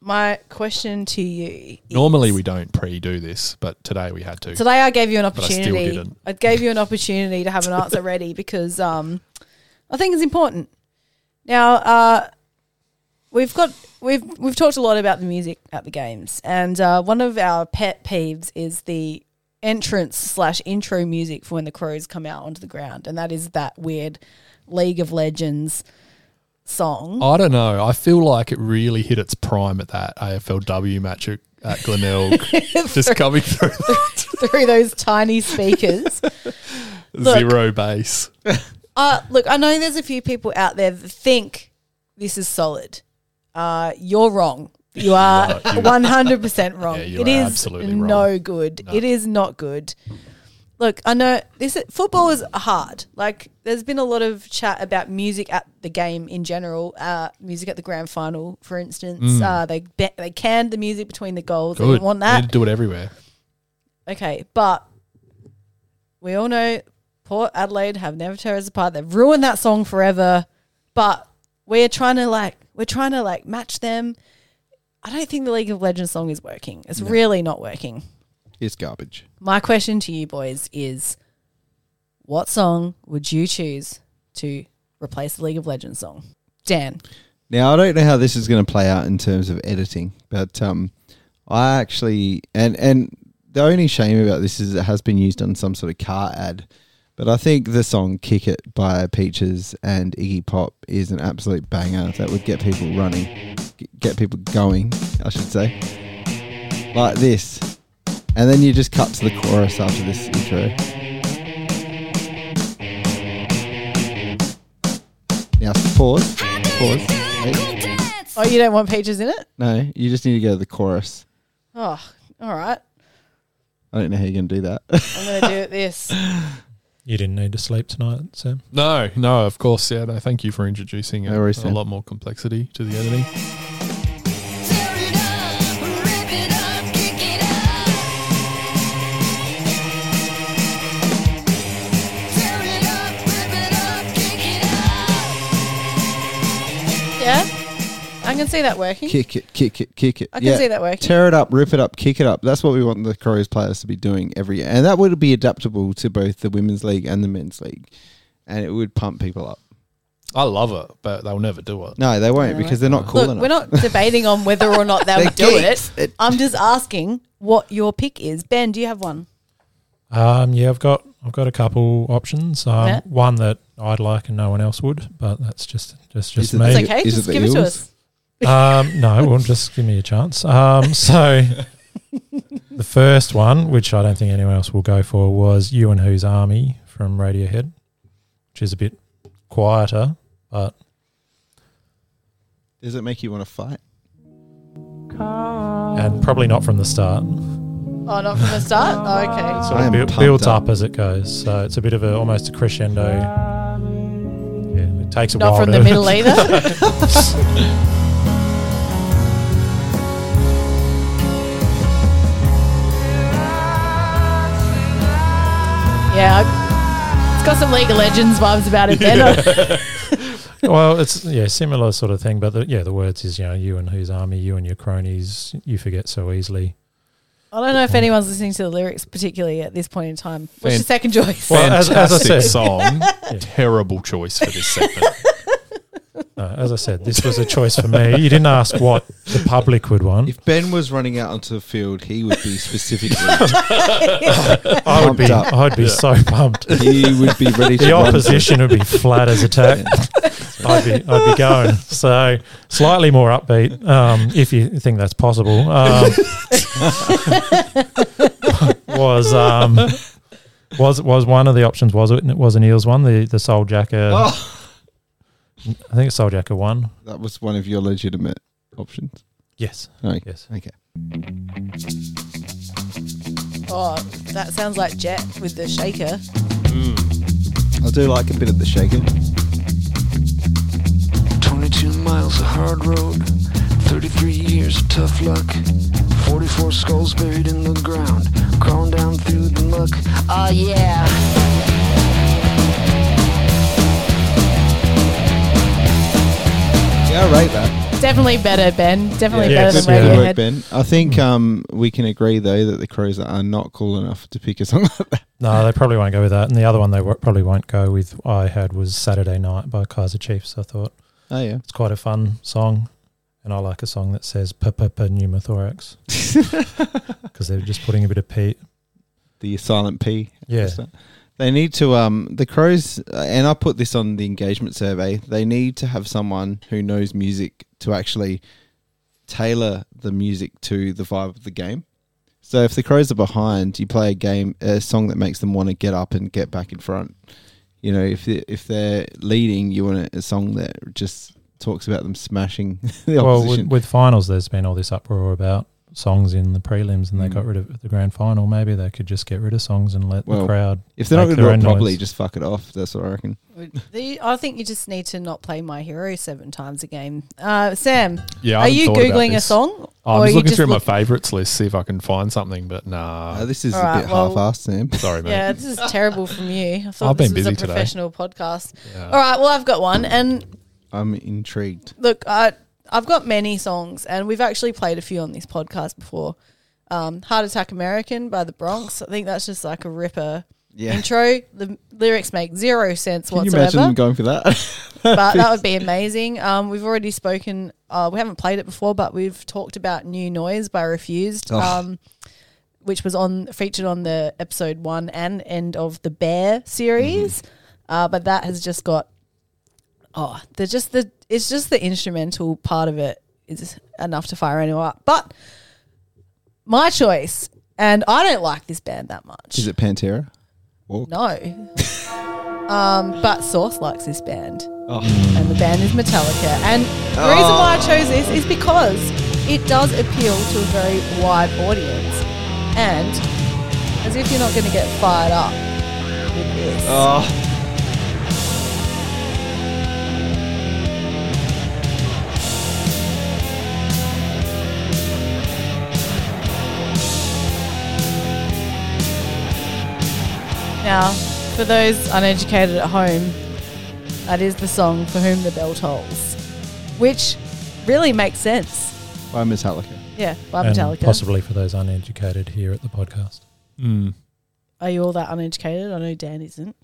A: My question to you.
D: Normally we don't pre-do this, but today we had to.
A: Today I gave you an
D: I still
A: opportunity.
D: didn't.
A: I gave you an opportunity to have an answer ready because um, I think it's important. Now uh, we've got we've we've talked a lot about the music at the games, and uh, one of our pet peeves is the entrance slash intro music for when the crows come out onto the ground, and that is that weird League of Legends song.
D: I don't know. I feel like it really hit its prime at that AFLW match at, at Glenelg. just coming through
A: Through those tiny speakers.
D: zero base.
A: Uh, look, I know there's a few people out there that think this is solid. Uh, you're wrong. You are
D: are. You-
A: 100% wrong.
D: Yeah, you
A: it
D: are
A: is
D: absolutely wrong.
A: no good. It is not good. Look, I know this football is hard. Like there's been a lot of chat about music at the game in general. Uh, music at the grand final, for instance, uh, they be- they canned the music between the goals. They
D: Mm. Good.
A: didn't want
D: They
A: that.
D: Need to do it everywhere.
A: Okay, but we all know Port Adelaide have never tear us apart. They've ruined that song forever. But we're trying to like we're trying to like match them. I don't think the League of Legends song is working. It's really not working.
C: It's garbage.
A: My question to you boys is what song would you choose to replace the League of Legends song? Dan.
C: Now I don't know how this is going to play out in terms of editing, but um, I actually and and the only shame about this is it has been used on some sort of car ad, but I think the song "Kick It" by Peaches and Iggy Pop is an absolute banger that would get people running, g- get people going, I should say, like this, and then you just cut to the chorus after this intro. Now pause, pause. Wait.
A: Oh, you don't want peaches in it?
C: No, you just need to go to the chorus.
A: Oh, all right.
C: I don't know how you're going to do that.
A: I'm going to do it this.
E: You didn't need to sleep tonight, Sam.
D: No, no, of course, yeah. No, thank you for introducing
C: No
D: a,
C: worries,
D: a
C: Sam.
D: lot more complexity to the editing.
B: Tear it up, rip it up, kick it up. Tear it up, rip it up, kick it up.
A: Yeah? I can see that working.
C: kick it, kick it, kick it.
A: I can see that working.
C: Tear it up, rip it up, kick it up. That's what we want the Crows players to be doing every year. And that would be adaptable to both the Women's League and the Men's League. And it would pump people up.
D: I love it, but they'll never do it.
C: No, they won't because they're not cool
A: Look,
C: enough.
A: we're not debating on whether or not they'll
C: They're
A: do
C: geeks.
A: it.
C: It-
A: I'm just asking what your pick is. Ben, do you have one?
E: Um, yeah, I've got I've got a couple options. Um,
A: Yeah.
E: One that I'd like and no one else would, but that's just that's just
C: it
E: me.
A: It's
C: Is
A: okay.
C: is
A: just
C: it the
A: give it to
C: Eels?
A: us.
E: Um, no, well, just give me a chance. Um, so the first one, which I don't think anyone else will go for, was "You and Who's Army" from Radiohead, which is a bit quieter, but
C: Does it make you want to fight?
E: and probably not from the start.
A: Oh, not from the start? Oh, okay.
E: Sort
C: I am
E: of build,
C: pumped
E: builds
C: up.
E: up. as it goes, so it's a bit of a almost a crescendo. Yeah, it takes a
A: Not
E: while.
A: from
E: to,
A: the middle either. yeah. I- It's got some League of Legends vibes about it, Ben.
E: well, it's yeah, similar sort of thing, but the, yeah, the words is you know you and whose army, you and your cronies, you forget so easily.
A: I don't know if anyone's listening to the lyrics particularly at this point in time. What's
D: Fan-
A: your second choice?
E: Well, as-
D: Fantastic
E: as I said-
D: song. Terrible choice for this segment.
E: No, as I said, this was a choice for me. You didn't ask what the public would want.
C: If Ben was running out onto the field, he would be specifically.
E: I would be,
C: pumped up.
E: I'd be so pumped.
C: he would be ready to
E: The
C: run.
E: opposition would be flat as a tack. I'd be, I'd be going. So slightly more upbeat, um, if you think that's possible. Um, was um, was was one of the options? Was it? Was an Eels one? The the Soul Jacker.
C: Oh.
E: I think it's Soul Jacker one.
C: That was one of your legitimate options.
E: Yes.
C: No.
E: Yes.
C: Okay.
A: oh, that sounds like Jet with the shaker.
C: I do like a bit of the shaking.
J: 22 miles of hard road, 33 years of tough luck, 44 skulls buried in the ground, crawling down through the muck. Oh yeah.
C: Yeah, I rate that.
A: Definitely better, Ben. Definitely
E: Yeah,
A: better
E: good-
A: than
E: yeah.
C: Good
A: Radiohead.
C: work, Ben. I think um, we can agree though that the Crows are not cool enough to pick a song like that.
E: No, they probably won't go with that. And the other one they w- probably won't go with. I had was Saturday Night by Kaiser Chiefs. I thought
C: Oh yeah,
E: it's quite a fun song, and I like a song that says "pa pa pa pneumothorax" because they're just putting a bit of P.
C: the silent P.
E: Yeah.
C: uh, They need to um the Crows, uh, and I put this on the engagement survey. They need to have someone who knows music to actually tailor the music to the vibe of the game. So if the Crows are behind, you play a game a song that makes them want to get up and get back in front. You know, if they- if they're leading, you want a, a song that just talks about them smashing the
E: Well, with,
C: opposition.
E: with finals, there's been all this uproar about songs in the prelims, and
D: Mm.
E: they got rid of the grand final. Maybe they could just get rid of songs and let
C: Well,
E: the crowd.
C: If they're not going
E: make
C: to do
E: their
C: it
E: own
C: properly,
E: noise.
C: just fuck it off. That's what I reckon.
A: The, I think you just need to not play My Hero seven times a game. Uh, Sam,
D: Yeah, I
A: are
D: hadn't
A: you
D: thought about
A: googling a
D: this.
A: song?
D: I'm
A: or
D: just
A: are you
D: looking through
A: look-
D: my favourites list, see if I can find something, but
C: Uh,
E: Ah.
D: nah.
C: this is a
A: alright,
C: bit
A: well-
C: half-assed, Sam.
D: Sorry, mate.
A: Yeah, this is terrible from you. I thought
D: I've
A: this
D: been
A: was a
D: busy today.
A: professional podcast. All right, well, I've got one, and
C: I'm intrigued.
A: look, I I've got many songs, and we've actually played a few on this podcast before. Um, Heart Attack American by the Bronx. I think that's just like a ripper
C: Yeah.
A: intro. The lyrics make zero sense
C: Can you
A: whatsoever.
C: imagine them going for that?
A: but that would be amazing. Um, we've already spoken. Uh, we haven't played it before, but we've talked about "New Noise" by Refused,
C: Oh.
A: um, which was on featured on the episode one and end of the Bear series. Uh, but that has just got oh, they're just the it's just the instrumental part of it is enough to fire anyone up. But my choice, and I don't like this band that much.
C: Is it Pantera?
A: No. um, but Source likes this band.
C: Oh.
A: And the band is Metallica. And the reason why I chose this is because it does appeal to a very wide audience. And as if you're not going to get fired up with this. Now, for those uneducated at home, that is the song For Whom the Bell Tolls, which really makes sense.
C: By Metallica.
A: Yeah, by
E: And
A: Metallica.
E: possibly for those uneducated here at the podcast.
D: Mm.
A: Are you all that uneducated? I know Dan isn't.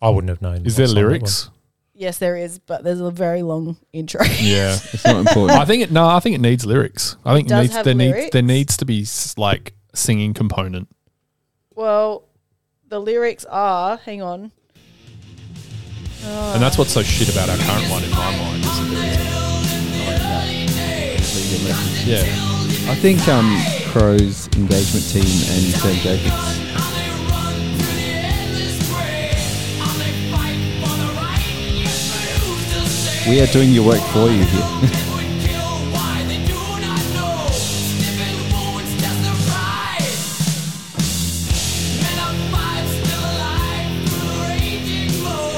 E: I wouldn't have known.
D: Is
E: what
D: there
E: song that
D: lyrics?
A: Yes, there is, but there's a very long intro.
D: Yeah.
C: It's not important.
D: I think it. No, I think it needs lyrics. I think
A: It does
D: needs
A: have
D: there needs
A: lyrics.
D: there needs to be s- like singing component.
A: well, the lyrics are, hang on.
D: And that's what's so shit about our current one in my mind. Is there isn't. yeah.
C: I think um, Crow's engagement team and Sam Jacobs. We are doing your work for you here.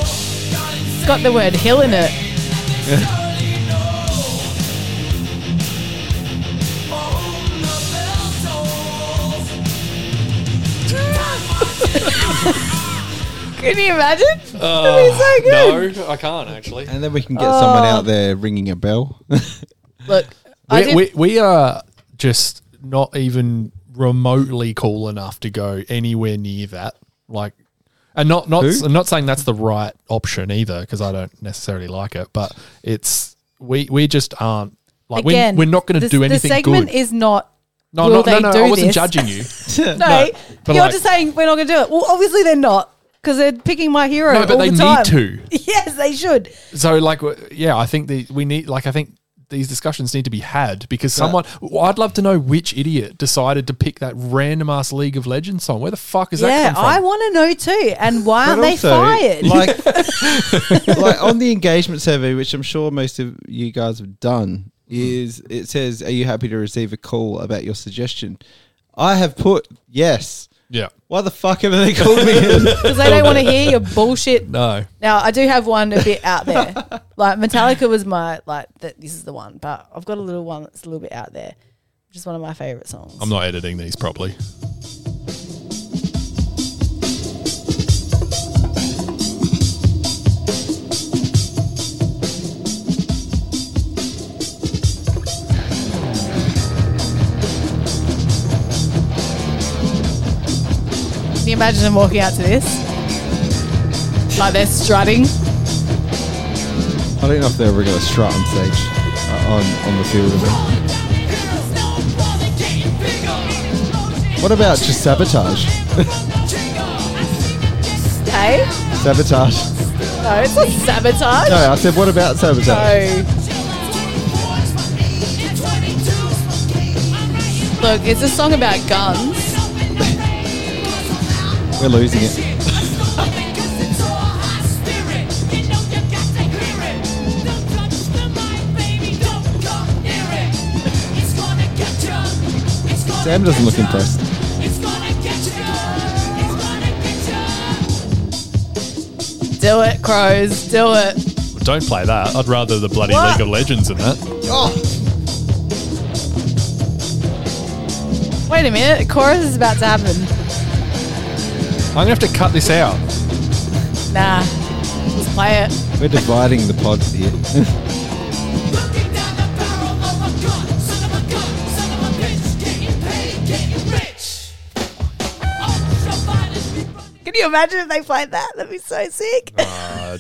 A: It's got the word hill in it. Can you imagine?
D: Uh,
A: That'd be so good.
D: No, I can't actually.
C: and then we can get someone out there ringing a bell.
A: Look, I
D: We,
A: did,
D: we, we are just not even remotely cool enough to go anywhere near that. Like, and not not
C: Who?
D: I'm not saying that's the right option either because I don't necessarily like it, but it's we we just aren't like
A: again,
D: we, we're not going to
A: this-
D: do anything
A: The segment
D: good.
A: is not.
D: no,
A: will
D: no,
A: they
D: no, no,
A: do
D: I wasn't
A: this?
D: judging you.
A: No,
D: but
A: you're
D: like-
A: just saying we're not going to do it. Well, obviously they're not because they're picking my hero.
D: no, but
A: all
D: they
A: the time.
D: need to.
A: Yes, they should.
D: So like w- yeah, I think the, we need like I think these discussions need to be had because someone well, I'd love to know which idiot decided to pick that random ass League of Legends song. Where the fuck is
A: yeah,
D: that come from?
A: I want to know too. And why aren't
C: But
A: they
C: also,
A: fired?
C: Like, like on the engagement survey, which I'm sure most of you guys have done, is it says, "Are you happy to receive a call about your suggestion?" I have put yes.
D: yeah.
C: Why the fuck have they called me?
A: Because they don't want to hear your bullshit.
D: No.
A: Now I do have one a bit out there. like Metallica was my like that. This is the one, but I've got a little one that's a little bit out there, which is one of my favorite songs.
D: I'm not editing these properly.
A: Can you imagine them walking out to this? Like they're strutting.
C: I don't know if they're ever going to strut on stage uh, on on the field. of it. What about just sabotage?
A: Hey,
C: Sabotage.
A: no, it's not sabotage.
C: No, I said what about sabotage?
A: No. Look, it's a song about guns.
C: We're losing it. Sam doesn't look impressed.
A: Do it, crows. Do it.
D: Don't play that. I'd rather the bloody
A: What?
D: League of Legends than that.
A: Wait a minute, the chorus is about to happen.
D: I'm gonna have to cut this out.
A: Nah, just play it.
C: We're dividing the pod here.
B: Ultraviolet, we
A: you imagine if they played that? That'd be so sick.
D: Uh,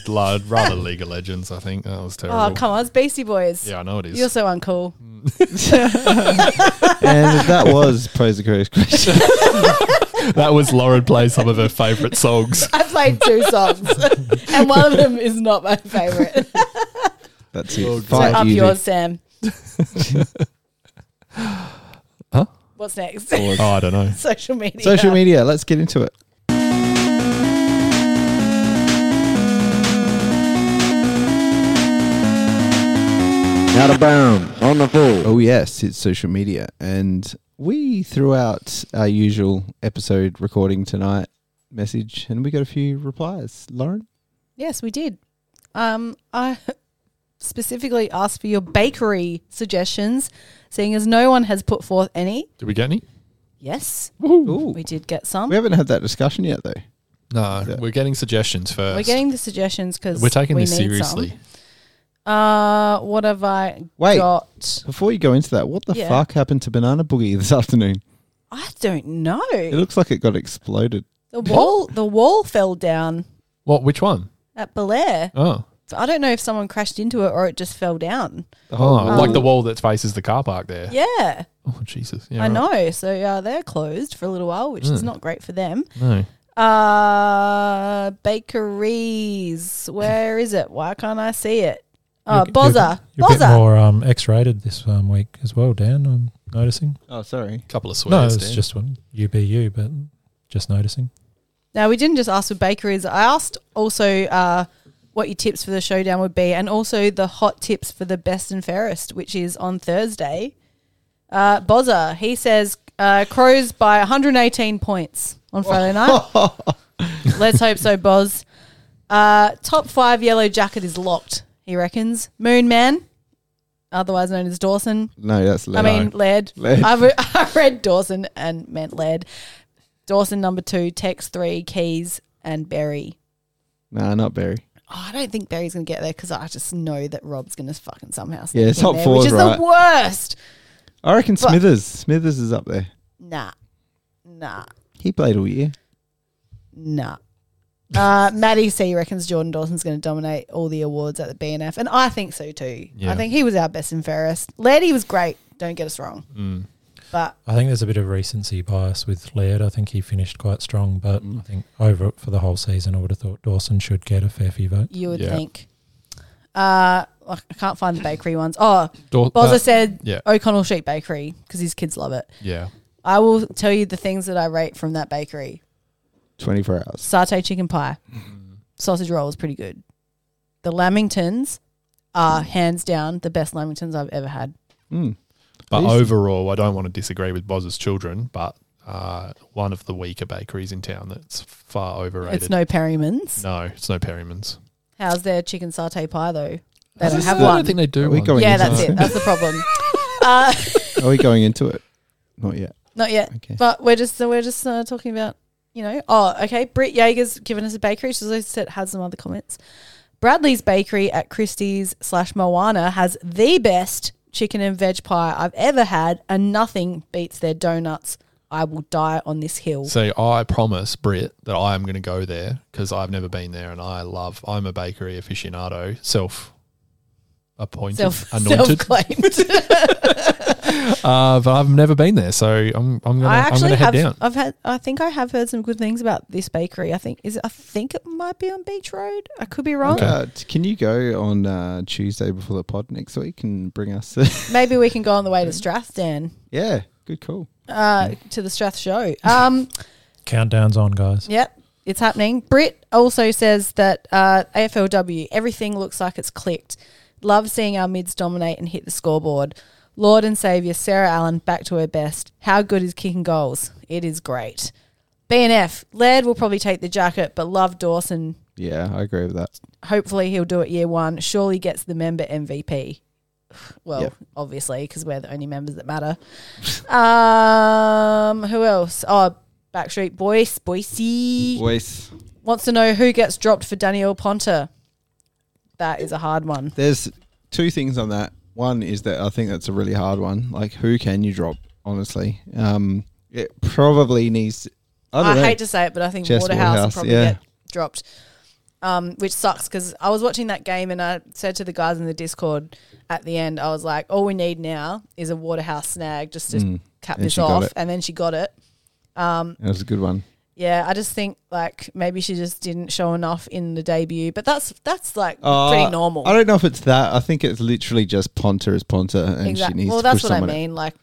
D: I'd lo- I'd rather League of Legends, I think. That was terrible.
A: Oh, come on, it's Beastie Boys.
D: Yeah, I know it is.
A: You're so uncool.
C: and that was pose the correct question.
D: that was Lauren plays some of her favourite songs.
A: I played two songs, and one of them is not my favorite.
C: That's it.
D: Well,
A: so
C: Five
A: up
C: years.
A: yours, Sam.
D: Huh?
A: What's next?
D: Oh, I don't know.
A: Social media.
C: Social media. Let's get into it.
F: Out of bounds, on the full.
C: Oh yes, it's social media, and we threw out our usual episode recording tonight message, and we got a few replies. Lauren,
A: Yes, we did. Um, I specifically asked for your bakery suggestions, seeing as no one has put forth any.
D: Did we get any?
A: Yes,
C: Ooh.
A: we did get some.
C: we haven't had that discussion yet, though.
D: No,
C: Yeah.
D: we're getting suggestions 1st
A: We're getting the suggestions because
D: We're taking
A: we
D: this
A: need some.
D: seriously.
A: Uh, what have I
C: Wait.
A: got?
C: Before you go into that, what the
A: Yeah.
C: fuck happened to Banana Boogie this afternoon?
A: I don't know.
C: It looks like it got exploded.
A: The wall, the wall fell down
D: What? Which one?
A: at Belair.
D: Oh,
A: I don't know if someone crashed into it or it just fell down.
D: oh, like the wall that faces the car park there.
A: Um, Yeah,
D: Oh Jesus! Yeah,
A: I
D: right.
A: know. So uh, they're closed for a little while, which
E: Hmm.
A: is not great for them.
D: No.
A: Uh, bakeries. Where is it? Why can't I see it? Oh,
E: You're- you're-
A: Bozza.
E: You're a bit
A: Bozza.
E: more um, X-rated this um, week as well, Dan. I'm noticing.
C: Oh, sorry.
D: Couple of
E: no,
D: swears.
E: it's
D: Dan.
E: just one UBU, but just noticing.
A: Now, we didn't just ask for bakeries. I asked also uh, what your tips for the showdown would be and also the hot tips for the best and fairest, which is on Thursday. Uh, Bozza, he says uh, Crows by 118 points on Friday night. Let's hope so, Boz. Uh, top five yellow jacket is locked, he reckons. Moon Man, otherwise known as Dawson.
C: No, that's
A: I mean, Laird.
C: Laird.
A: I, re- I read Dawson and meant Laird. Dawson number two, Tex three, Keys and Berry.
C: no, not Barry.
A: Oh, I don't think Berry's going to get there because I just know that Rob's going to fucking somehow sneak
C: Yeah,
A: in
C: top
A: there,
C: four's
A: which is
C: right.
A: the worst.
C: I reckon
A: But-
C: Smithers. Smithers is up there.
A: Nah, nah,
C: He played all year.
A: nah. Uh, Maddie C reckons Jordan Dawson's going to dominate all the awards at the BNF, and I think so too.
D: Yeah.
A: I think he was our best and fairest. Laird, he was great. Don't get us wrong,
D: Mm.
A: but
E: I think there's a bit of recency bias with Laird. I think he finished quite strong, but
D: Mm.
E: I think over for the whole season, I would have thought Dawson should get a fair few votes.
A: you would
D: Yeah.
A: think. Uh, I can't find the bakery ones. Oh,
D: Daw-
A: Bozza
D: that-
A: said
D: yeah.
A: O'Connell Sheep Bakery because his kids love it.
D: Yeah.
A: I will tell you the things that I rate from that bakery:
C: 24 hours.
A: satay chicken pie,
D: Mm.
A: sausage roll is pretty good. The Lamingtons are hands down the best Lamingtons I've ever had.
C: Mm.
D: But oh.
C: These-
D: overall, I don't want to disagree with Boz's children, but uh, one of the weaker bakeries in town that's far overrated.
A: It's no Perryman's.
D: no, it's no Perryman's.
A: How's their chicken satay pie though? They
D: I
A: don't have
D: I don't
A: one.
D: think they do.
C: Are we
D: one.
C: going
A: Yeah,
C: into
A: that's
C: that?
A: it. That's the problem. Uh,
C: Are we going into it? Not yet.
A: Not yet.
C: Okay.
A: But we're just so we're just uh, talking about you know. Oh, okay. Britt Yeager's given us a bakery. She's also said has some other comments. Bradley's Bakery at Christie's slash Moana has the best chicken and veg pie I've ever had, and nothing beats their donuts. I will die on this hill.
D: See, I promise Britt that I am going to go there because I've never been there, and I love. I'm a bakery aficionado, self appointed,
A: Self self
D: anointed.
A: claimed.
D: Uh, but I've never been there, so I'm I'm gonna
A: I
D: I'm
A: actually
D: gonna
A: have.
D: head down.
A: I've had. I think I have heard some good things about this bakery. I think is. it- I think it might be on Beach Road. I could be wrong.
C: Uh, t- can you go on uh, Tuesday before the pod next week and bring us?
A: Maybe we can go on the way to Strathdan.
C: yeah, good call.
A: uh, to the Strath show. Um,
E: Countdown's on, guys.
A: yep, it's happening. Britt also says that uh, AFLW, everything looks like it's clicked. Love seeing our mids dominate and hit the scoreboard. Lord and Saviour Sarah Allen back to her best. How good is kicking goals? It is great. BNF, Laird will probably take the jacket, but love Dawson.
C: Yeah, I agree with that.
A: Hopefully he'll do it year one. Surely gets the member MVP. Well,
C: Yep.
A: obviously, because we're the only members that matter. Um, who else? Oh, Backstreet Boys, Boise
C: Voice.
A: wants to know who gets dropped for Daniel Ponta. That is a hard one.
C: There's two things on that. One is that I think that's a really hard one. Like, who can you drop? Honestly, um, it probably needs Either
A: I
C: way.
A: hate to say it, but I think
C: Jess
A: Waterhouse, will
C: Waterhouse,
A: probably
C: yeah.
A: get dropped, um, which sucks because I was watching that game and I said to the guys in the Discord at the end, I was like, all we need now is a Waterhouse snag just to
C: Mm.
A: cap
C: And
A: this
C: she got
A: off.
C: it.
A: And then she got it. Um,
C: That was a good one.
A: yeah, I just think like maybe she just didn't show enough in the debut, but that's that's like
C: Uh,
A: pretty normal.
C: I don't know if it's that. I think it's literally just Ponta is Ponta, and
A: Exact-
C: she needs
A: well,
C: to
A: that's
C: push
A: what I
C: someone.
A: mean. Like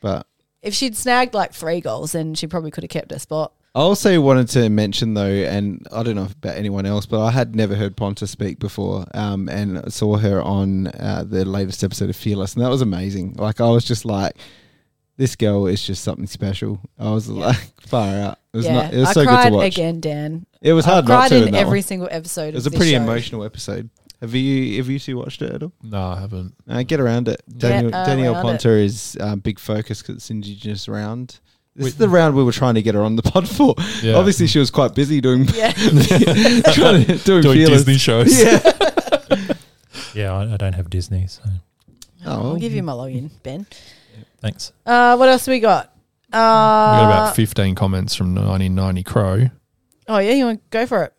C: But
A: if she'd snagged like three goals, then she probably could have kept her spot.
C: I also wanted to mention though, and I don't know about anyone else, but I had never heard Ponta speak before, um, and saw her on uh, the latest episode of Fearless, and that was amazing. Like I was just like, this girl is just something special. I was like, far out. It was
A: yeah,
C: not. It was
A: I
C: so
A: cried
C: good to watch.
A: again, Dan.
C: It was
A: I
C: hard not
A: cried
C: to
A: in
C: in that
A: every
C: one.
A: single episode.
C: It was a
A: of
C: pretty
A: this show.
C: emotional episode. Have you have you two watched it at all?
D: No, I haven't.
C: Uh, get around it. Daniel,
A: uh,
C: Danielle
A: around
C: Ponta is um, big focus because it's Indigenous round. This is the round we were trying to get her on the pod for.
D: Yeah.
C: Obviously, she was quite busy doing
A: Yeah.
C: trying to, doing,
D: Doing
C: feelers.
D: Disney shows.
C: Yeah.
E: Yeah, I, I don't have Disney, so
C: Oh,
A: I'll
C: well.
A: give you my login, Ben.
E: thanks.
A: Uh, what else we got? Uh,
D: We got about 15 comments from 1990 Crow.
A: oh yeah, you want to go for it?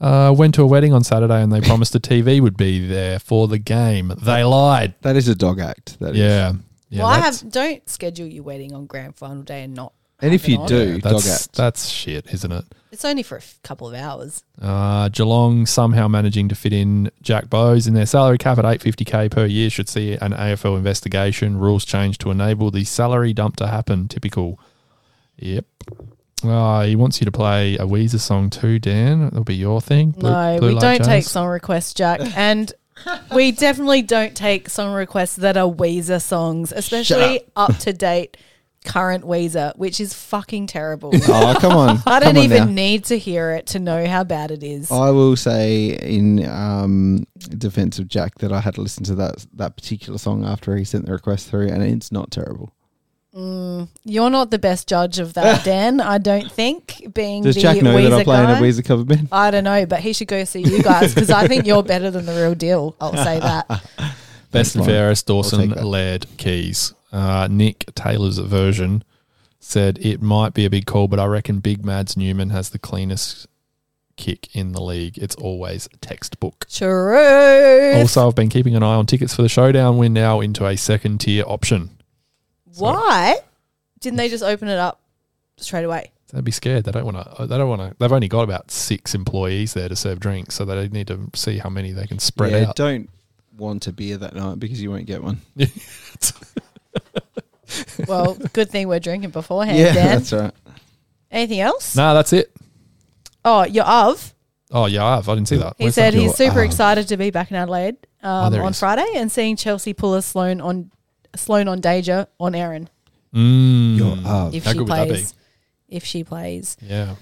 D: Uh, went to a wedding on Saturday and they promised a TV would be there for the game. They lied.
C: That is a dog act. That is.
D: Yeah. yeah
A: well, I
D: that's-
A: have. Don't schedule your wedding on grand final day and not.
C: And if
A: have it
C: you
A: on.
C: do, dog
D: That's,
C: act.
D: that's shit, isn't it?
A: it's only for a f- couple of hours.
D: Uh, Geelong somehow managing to fit in Jack Bowes in their salary cap at 850k per year should see an AFL investigation. Rules change to enable the salary dump to happen. Typical. Yep. Uh, he wants you to play a Weezer song too, Dan. That'll be your thing. Blue-
A: no,
D: Blue
A: we
D: Light
A: don't
D: Jazz.
A: take song requests, Jack, and we definitely don't take song requests that are Weezer songs, especially up to date current Weezer, which is fucking terrible.
C: oh, come on.
A: I
C: Come
A: don't
C: on
A: even
C: now. Oh.
A: need to hear it to know how bad it is.
C: I will say in um, defense of Jack that I had to listen to that that particular song after he sent the request through, and it's not terrible.
A: You're not the best judge of that, Dan. I don't think being
C: Does
A: the
C: Jack know
A: Weezer
C: that I play
A: guy.
C: in a Weezer cover band?
A: I don't know, but he should go see you guys because I think you're better than the real deal. I'll say that.
D: Best and
C: Fine.
D: fairest,
C: I'll
D: Dawson,
C: take that.
D: Laird, Keys. Uh, Nick Taylor's version said it might be a big call, but I reckon Big Mads Newman has the cleanest kick in the league. It's always textbook.
A: True.
D: Also, I've been keeping an eye on tickets for the showdown. We're now into a second tier option.
A: Why didn't they just open it up straight away?
D: They'd be scared. They don't want to. They don't want to. They've only got about six employees there to serve drinks, so they need to see how many they can spread
C: yeah,
D: out.
C: don't want a beer that night because you won't get one.
A: Well, good thing we're drinking beforehand,
C: yeah,
A: Dan.
C: that's right.
A: Anything else?
D: Nah, that's it.
A: Oh, you're of.
D: Oh yeah, I have. I didn't see that.
A: He
D: Where's
A: said
D: that? um, Oh,
A: he's super excited to be back in Adelaide um,
D: there he
A: on
D: is.
A: Friday and seeing Chelsea pull a Sloan on Sloan on Deja on Aaron
D: Mm.
A: if
D: How
A: she
D: good would that be?
A: plays. If she plays.
D: Yeah.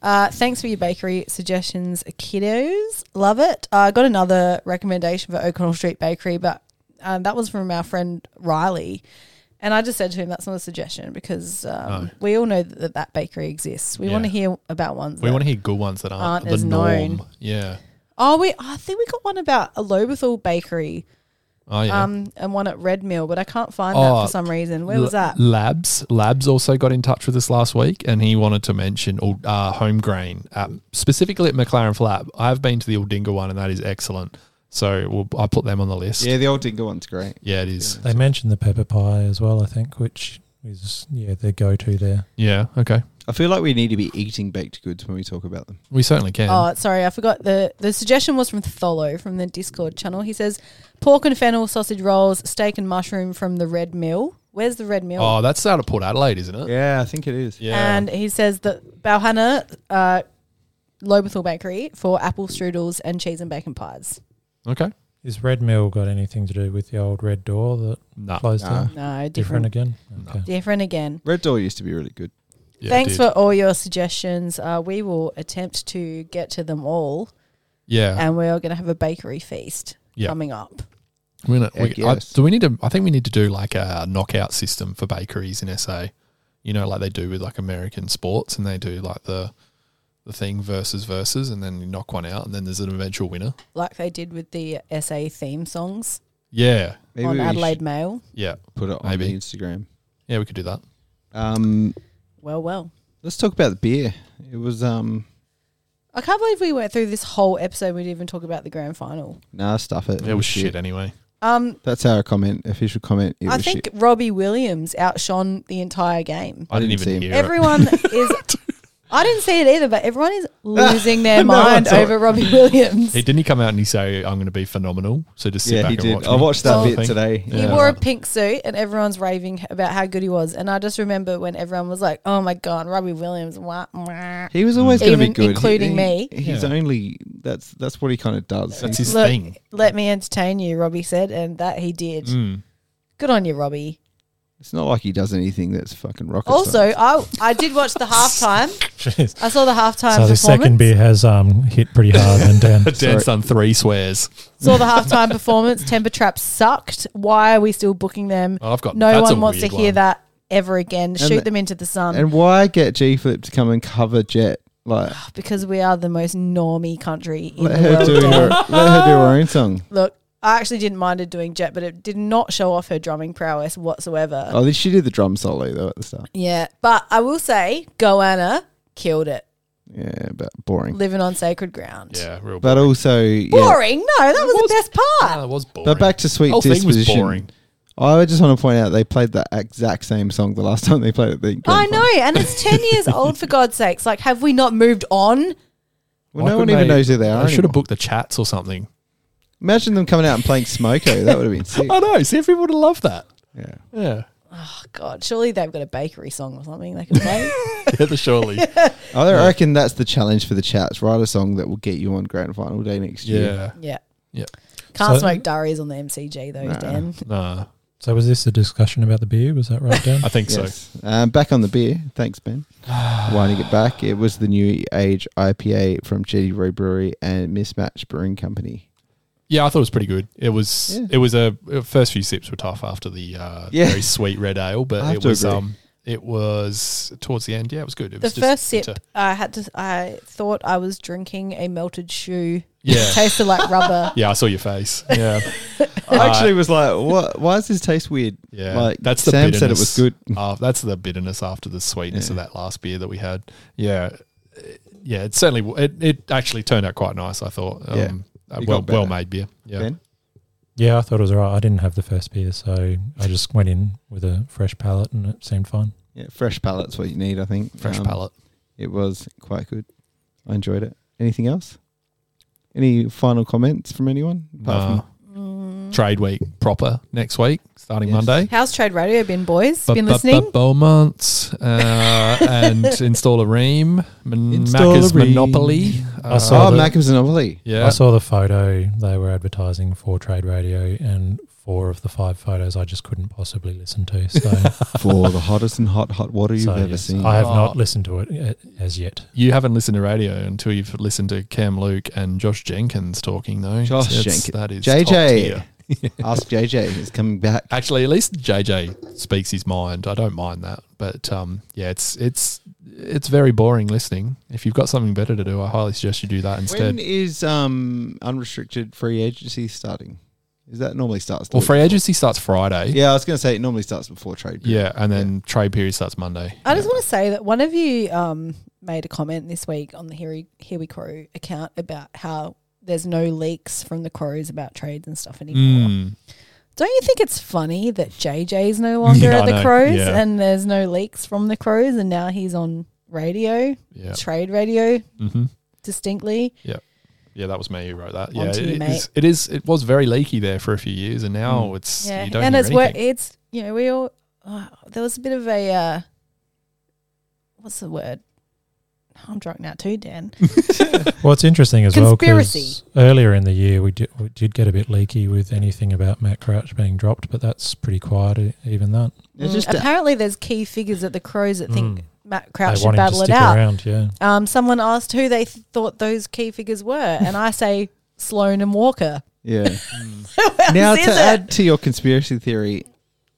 A: Uh, thanks for your bakery suggestions, kiddos. Love it. Uh, I got another recommendation for O'Connell Street Bakery, but um, that was from our friend Riley. And I just said to him, that's not a suggestion because um,
D: No.
A: we all know that that bakery exists. We
D: Oh. Yeah.
A: want to hear about ones.
D: We
A: that-
D: want to hear good ones that aren't,
A: aren't as
D: the norm.
A: known.
D: Yeah.
A: Oh, we, I think we got one about a Lobethal bakery
D: Oh yeah.
A: um, and one at Red Mill, but I can't find
D: Oh,
A: that for some reason. Where was
D: L-
A: that?
D: Labs. Labs also got in touch with us last week, and he wanted to mention Ul- uh, home grain, um, specifically at McLaren Flat. I've been to the Aldinga one, and that is excellent. So we'll, I put them on the list.
C: Yeah, the old Dingo one's great.
D: Yeah, it is.
E: They mentioned the pepper pie as well, I think, which is yeah their go-to there.
D: Yeah. Okay.
C: I feel like we need to be eating baked goods when we talk about them.
D: We certainly can.
A: Oh, sorry, I forgot the the suggestion was from Tholo from the Discord channel. He says pork and fennel sausage rolls, steak and mushroom from the Red Mill. Where's the Red Mill?
D: Oh, that's out of Port Adelaide, isn't it?
C: Yeah, I think it is.
D: Yeah.
A: And he says that Balhanna uh, Lobethal Bakery for apple strudels and cheese and bacon pies.
D: Okay.
E: Is Red Mill got anything to do with the old Red Door that
D: Nah.
E: closed down?
A: No,
E: Different,
A: different,
E: again. Okay.
A: different again.
C: Red Door used to be really good.
D: Yeah, it
A: Thanks
D: did.
A: for all your suggestions. Uh, we will attempt to get to them all,
D: Yeah.
A: and we are going to have a bakery feast
D: Yeah.
A: coming up.
D: We're gonna, we,
C: Heck
D: I,
C: yes.
D: do we need to? I think we need to do like a knockout system for bakeries in SA. You know, like they do with like American sports, and they do like the the thing versus versus, and then you knock one out, and then there's an eventual winner.
A: like they did with the SA theme songs
D: Yeah,
C: Maybe
A: on
C: we
A: Adelaide
C: should
A: Mail.
D: yeah,
C: put it on
D: Maybe.
C: the Instagram.
D: yeah. We could do that.
C: Um,
A: Well, well.
C: Let's talk about the beer. It was um
A: I can't believe we went through this whole episode. We didn't even talk about the grand final.
C: nah, stuff it.
D: It was shit anyway.
A: Um,
C: That's our comment, official comment. It
A: I
C: was
A: think
C: shit.
A: Robbie Williams outshone the entire game.
D: I didn't
C: didn't see
D: even
C: him.
D: hear
A: Everyone is. I didn't see it either, but everyone is losing their
C: Ah, No, I
A: mind
C: saw it.
A: over Robbie Williams.
D: it. He didn't come out and he say, "I'm going to be phenomenal." So just sit
C: Yeah,
D: back
C: he
D: and
C: did.
D: watch.
C: I
D: me.
C: watched that
D: Sort of
C: bit
D: thing.
C: today.
A: He
D: Yeah.
A: wore a pink suit, and everyone's raving about how good he was. And I just remember when everyone was like, "Oh my god, Robbie Williams!" Wah, wah.
C: He was always going to be
A: Even
C: good, He-
A: including
C: he-
A: me.
C: He's
D: Yeah.
C: only that's that's what he kind of does.
D: That's
C: He's-
D: his
A: Look,
D: thing.
A: let me entertain you, Robbie said, and that he did.
D: Mm.
A: Good on you, Robbie.
C: it's not like he does anything that's fucking rocket.
A: Also,
C: science.
A: I I did watch the halftime.
E: Jeez.
A: I saw the halftime
E: So the
A: Uh, performance.
E: second beer has um, hit pretty hard, and Dan
D: But Dan's done three swears.
A: Saw the halftime performance. Temper Trap sucked. Why are we still booking them?
D: Oh, I've got-
A: no
D: that's
A: one
D: a
A: wants to
D: weird
A: hear
D: one.
A: that ever again. Shoot
C: the-
A: them into the sun
C: and why get G Flip to come and cover Jet? Like
A: because we are the most normie country in
C: let
A: the
C: her
A: world.
C: do her let her do her own song.
A: Look, I actually didn't mind her doing Jet, but it did not show off her drumming prowess whatsoever.
C: Oh, she did the drum solo though at the start.
A: Yeah, but I will say, Goanna killed it.
C: Yeah, but boring.
A: Living on sacred ground.
D: Yeah, real.
C: But also, yeah.
A: Boring? No, that was, the best part.
D: Ah, it was boring.
C: But back to Sweet
D: Whole thing was
C: Disposition.
D: boring.
C: I just want to point out they played that exact same song the last time they played it. the
A: I
C: grand final.
A: know, and it's ten years old for God's sakes. Like, have we not moved on?
C: Well,
D: Why
C: no one
D: couldn't
C: even
D: they-
C: knows who they are.
D: I should have
C: anymore.
D: booked the chats or something.
C: Imagine them coming out and playing Smoko. That would have been sick.
D: I know. See if we would have loved that.
C: Yeah.
D: Yeah.
A: Oh, God, surely they've got a bakery song or something they can play.
D: Yeah, the surely.
C: I don't reckon that's the challenge for the chats. Write a song that will get you on grand final day next year.
D: yeah.
A: yeah,
D: Yeah.
A: can't
E: So-
A: smoke durries on the MCG though, Dan.
D: Nah.
E: So was this a discussion about the beer? Was that right, Dan?
D: I think so.
C: Yes. Um, back on the beer. Thanks, Ben. Winding it back. It was the New Age IPA from Jetty Row Brewery and Mismatch Brewing Company.
D: Yeah, I thought it was pretty good. It was.
C: Yeah.
D: It was a first few sips were tough after the uh,
C: Yeah.
D: very sweet red ale,
C: I
D: but
C: have
D: it
C: to
D: was.
C: agree.
D: um It was towards the end. Yeah, it was good. It
A: The
D: was just
A: first
D: good
A: sip,
D: to-
A: I had to. I thought I was drinking a melted shoe.
D: Yeah.
A: tasted like rubber.
D: yeah, I saw your face. Yeah.
C: I actually was like, "What? Why does this taste weird?"
D: Yeah,
C: like
D: that's the
C: Sam
D: bitterness.
C: said it was good.
D: Uh, that's the bitterness after the sweetness of that last beer that we had. Yeah, It- yeah. It certainly w- it, it actually turned out quite nice. I thought. Um,
C: Yeah.
D: a
C: You
D: well
C: got better.
D: well made beer. Yeah.
C: Ben?
E: yeah, I thought it was all right. I didn't have the first beer, so I just went in with a fresh palate, and it seemed fine.
C: Yeah, fresh palate's what you need, I think.
D: Fresh
C: Um,
D: palate.
C: It was quite good. I enjoyed it. Anything else? Any final comments from anyone?
D: Nah.
C: from
D: Trade week proper next week starting
C: Yes.
D: Monday.
A: How's Trade Radio been, boys?
D: Bu-
A: Been
D: bu- bu-
A: listening?
D: Beaumont uh, and install a ream. Mon-
C: Install a
D: Macca's
C: ream.
D: Monopoly. Uh,
E: I saw
C: oh,
E: the-
C: Macam's Monopoly.
D: Yeah.
E: I saw the photo they were advertising for Trade Radio, and four of the five photos I just couldn't possibly listen to. So,
C: for the hottest and hot hot water you've
E: so,
C: ever
E: yes,
C: seen.
E: I have
D: Oh.
E: not listened to it uh, as yet.
D: You haven't listened to radio until you've listened to Cam Luke and Josh Jenkins talking though.
C: Josh
D: That's-
C: Jenkins.
D: That is
C: JJ.
D: top tier.
C: Ask JJ. He's coming back.
D: Actually, at least JJ speaks his mind. I don't mind that, but um, yeah, it's it's it's very boring listening. If you've got something better to do, I highly suggest you do that instead.
C: When is um unrestricted free agency starting? Is that normally starts? the
D: well,
C: week
D: free
C: before?
D: agency starts Friday.
C: Yeah, I was going to say it normally starts before trade. period.
D: Yeah, and then trade period starts Monday.
A: I just want to say that one of you um, made a comment this week on the Here We, Here we Crow account about how there's no leaks from the crows about trades and stuff anymore.
D: Mm.
A: Don't you think it's funny that JJ's no longer
D: Yeah, I
A: at the
D: know.
A: crows
D: Yeah.
A: and there's no leaks from the crows and now he's on radio,
D: Yeah.
A: trade radio
D: hmm
A: distinctly?
D: Yeah, that was me who wrote that. Yeah,
A: Onto you,
D: it,
A: mate.
D: is, it is. It was very leaky there for a few years, and now
C: Mm.
D: it's
A: Yeah.
D: you don't
A: And
D: hear
A: it's where
D: anything.
A: it's, you know, we all, uh, there was a bit of a, uh, what's the word? I'm drunk now too, Dan.
E: Well, it's interesting as well because
A: Conspiracy.
E: earlier in the year we did, we did get a bit leaky with anything about Matt Crouch being dropped, but that's pretty quiet, e- even that.
C: It's
A: Mm,
C: just a-
A: apparently, there's key figures at the Crows that think
E: Mm.
A: Matt Crouch
E: they
A: should
E: want him to
A: battle it
E: stick
A: out.
E: around, yeah.
A: Um, someone asked who they th- thought those key figures were, and I say Sloan and Walker.
C: yeah.
A: Who else
C: now
A: is
C: to
A: it?
C: add to your conspiracy theory,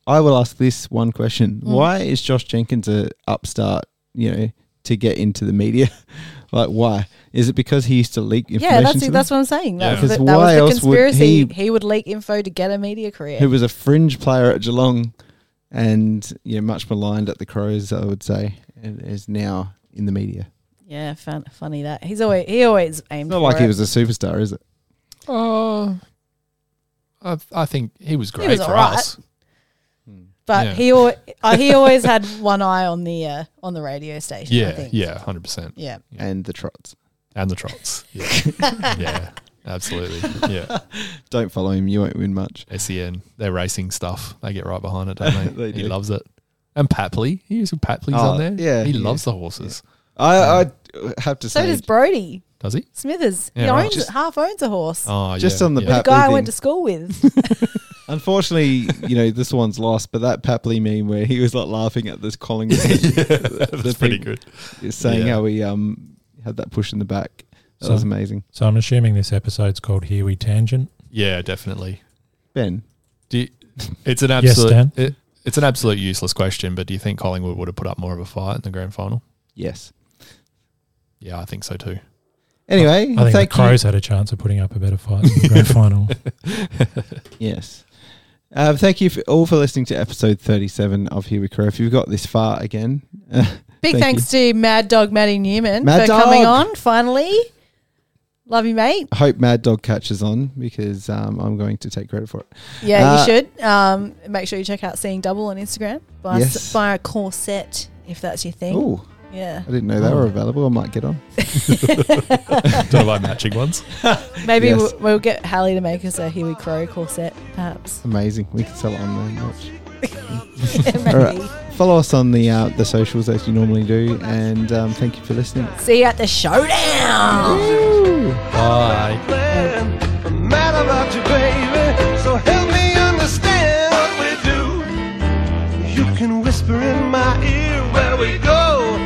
C: I will ask this one question:
A: Mm.
C: Why is Josh Jenkins a upstart? You know, to get into the media, like why? Is it because he used to leak information?
A: yeah, that's
C: to them?
A: that's what I'm saying. That
D: Yeah.
A: was the,
C: Because
A: that
C: why
A: was the
C: else would
A: conspiracy.
C: he-
A: he, would leak info to get a media career.
C: who was a fringe player at Geelong and you know, much maligned at the Crows, I would say. and is now in the media.
A: Yeah, fun, funny that he's always he always aimed.
C: It's not
A: for
C: like he
A: it.
C: was a superstar, is it?
D: Oh, I, I think he was great
A: was
D: for
A: alright.
D: us.
A: but
D: yeah.
A: he al- uh, he always had one eye on the uh, on the radio station. I
D: Yeah,
A: think.
D: yeah, hundred percent.
A: yeah.
C: And the trots.
D: And the trots. Yeah, yeah, absolutely. Yeah,
C: Don't follow him; you won't win much.
D: SEN. They're racing stuff. They get right behind it, don't they?
C: They
D: He
C: do.
D: loves it. And Papley, he was with Papley's
C: Oh,
D: on there.
C: yeah,
D: he
C: yeah.
D: loves the horses.
C: I, I have to
A: So
C: say,
A: does Brody
D: Does he?
A: Smithers. he
D: Yeah, right.
A: owns
D: Just-
A: half owns a horse.
D: Oh,
C: Just
D: yeah,
C: on the
D: yeah.
A: the
C: Papley
A: guy I went
C: thing.
A: to school with.
C: unfortunately, you know this one's lost. But that Papley meme where he was like laughing at this Collingwood,
D: That's pretty good.
C: is saying
D: Yeah.
C: how he um had that push in the back. That
E: So-
C: was amazing,
E: So I'm assuming this episode's called Here We Tangent.
D: Yeah, definitely.
C: Ben.
D: Do you, it's an
E: Yes,
D: absolute.
E: Dan?
D: it, it's an absolute useless question, but do you think Collingwood would have put up more of a fight in the grand final?
C: Yes.
D: Yeah, I think so too.
C: Anyway,
E: I think
C: thank
E: the
C: you.
E: Crows had a chance of putting up a better fight in the grand final.
C: Yes. Uh, thank you for all for listening to episode 37 of Here We Crow. If you've got this far again,
A: Big
C: Thank
A: thanks to Mad Dog Maddie Newman
C: Mad
A: for
C: Dog.
A: coming on finally. Love you, mate.
C: I hope Mad Dog catches on because um, I'm going to take credit for it.
A: Yeah,
C: Uh,
A: you should. Um, make sure you check out Seeing Double on Instagram. Buy, s-
C: Yes.
A: buy a corset if that's your thing.
C: Oh,
A: Yeah.
C: I didn't know they were available. I might get on.
D: Don't like matching ones.
A: Maybe
C: Yes.
A: we'll, we'll get Hallie to make us a Here We Crow corset, perhaps.
C: Amazing. We can sell it on there. Much.
A: Maybe.
C: All right. Follow us on the uh, the socials as you normally do, and um, thank you for listening.
A: See you at the showdown.
D: Bye.
H: I'm mad about you, baby. So help me understand what we do. You can whisper in my ear where we go.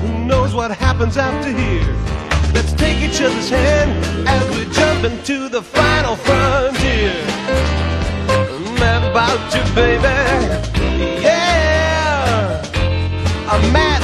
H: Who knows what happens after here? Let's take each other's hand as we jump into the final frontier. I'm mad about you, baby. Yeah. I'm mad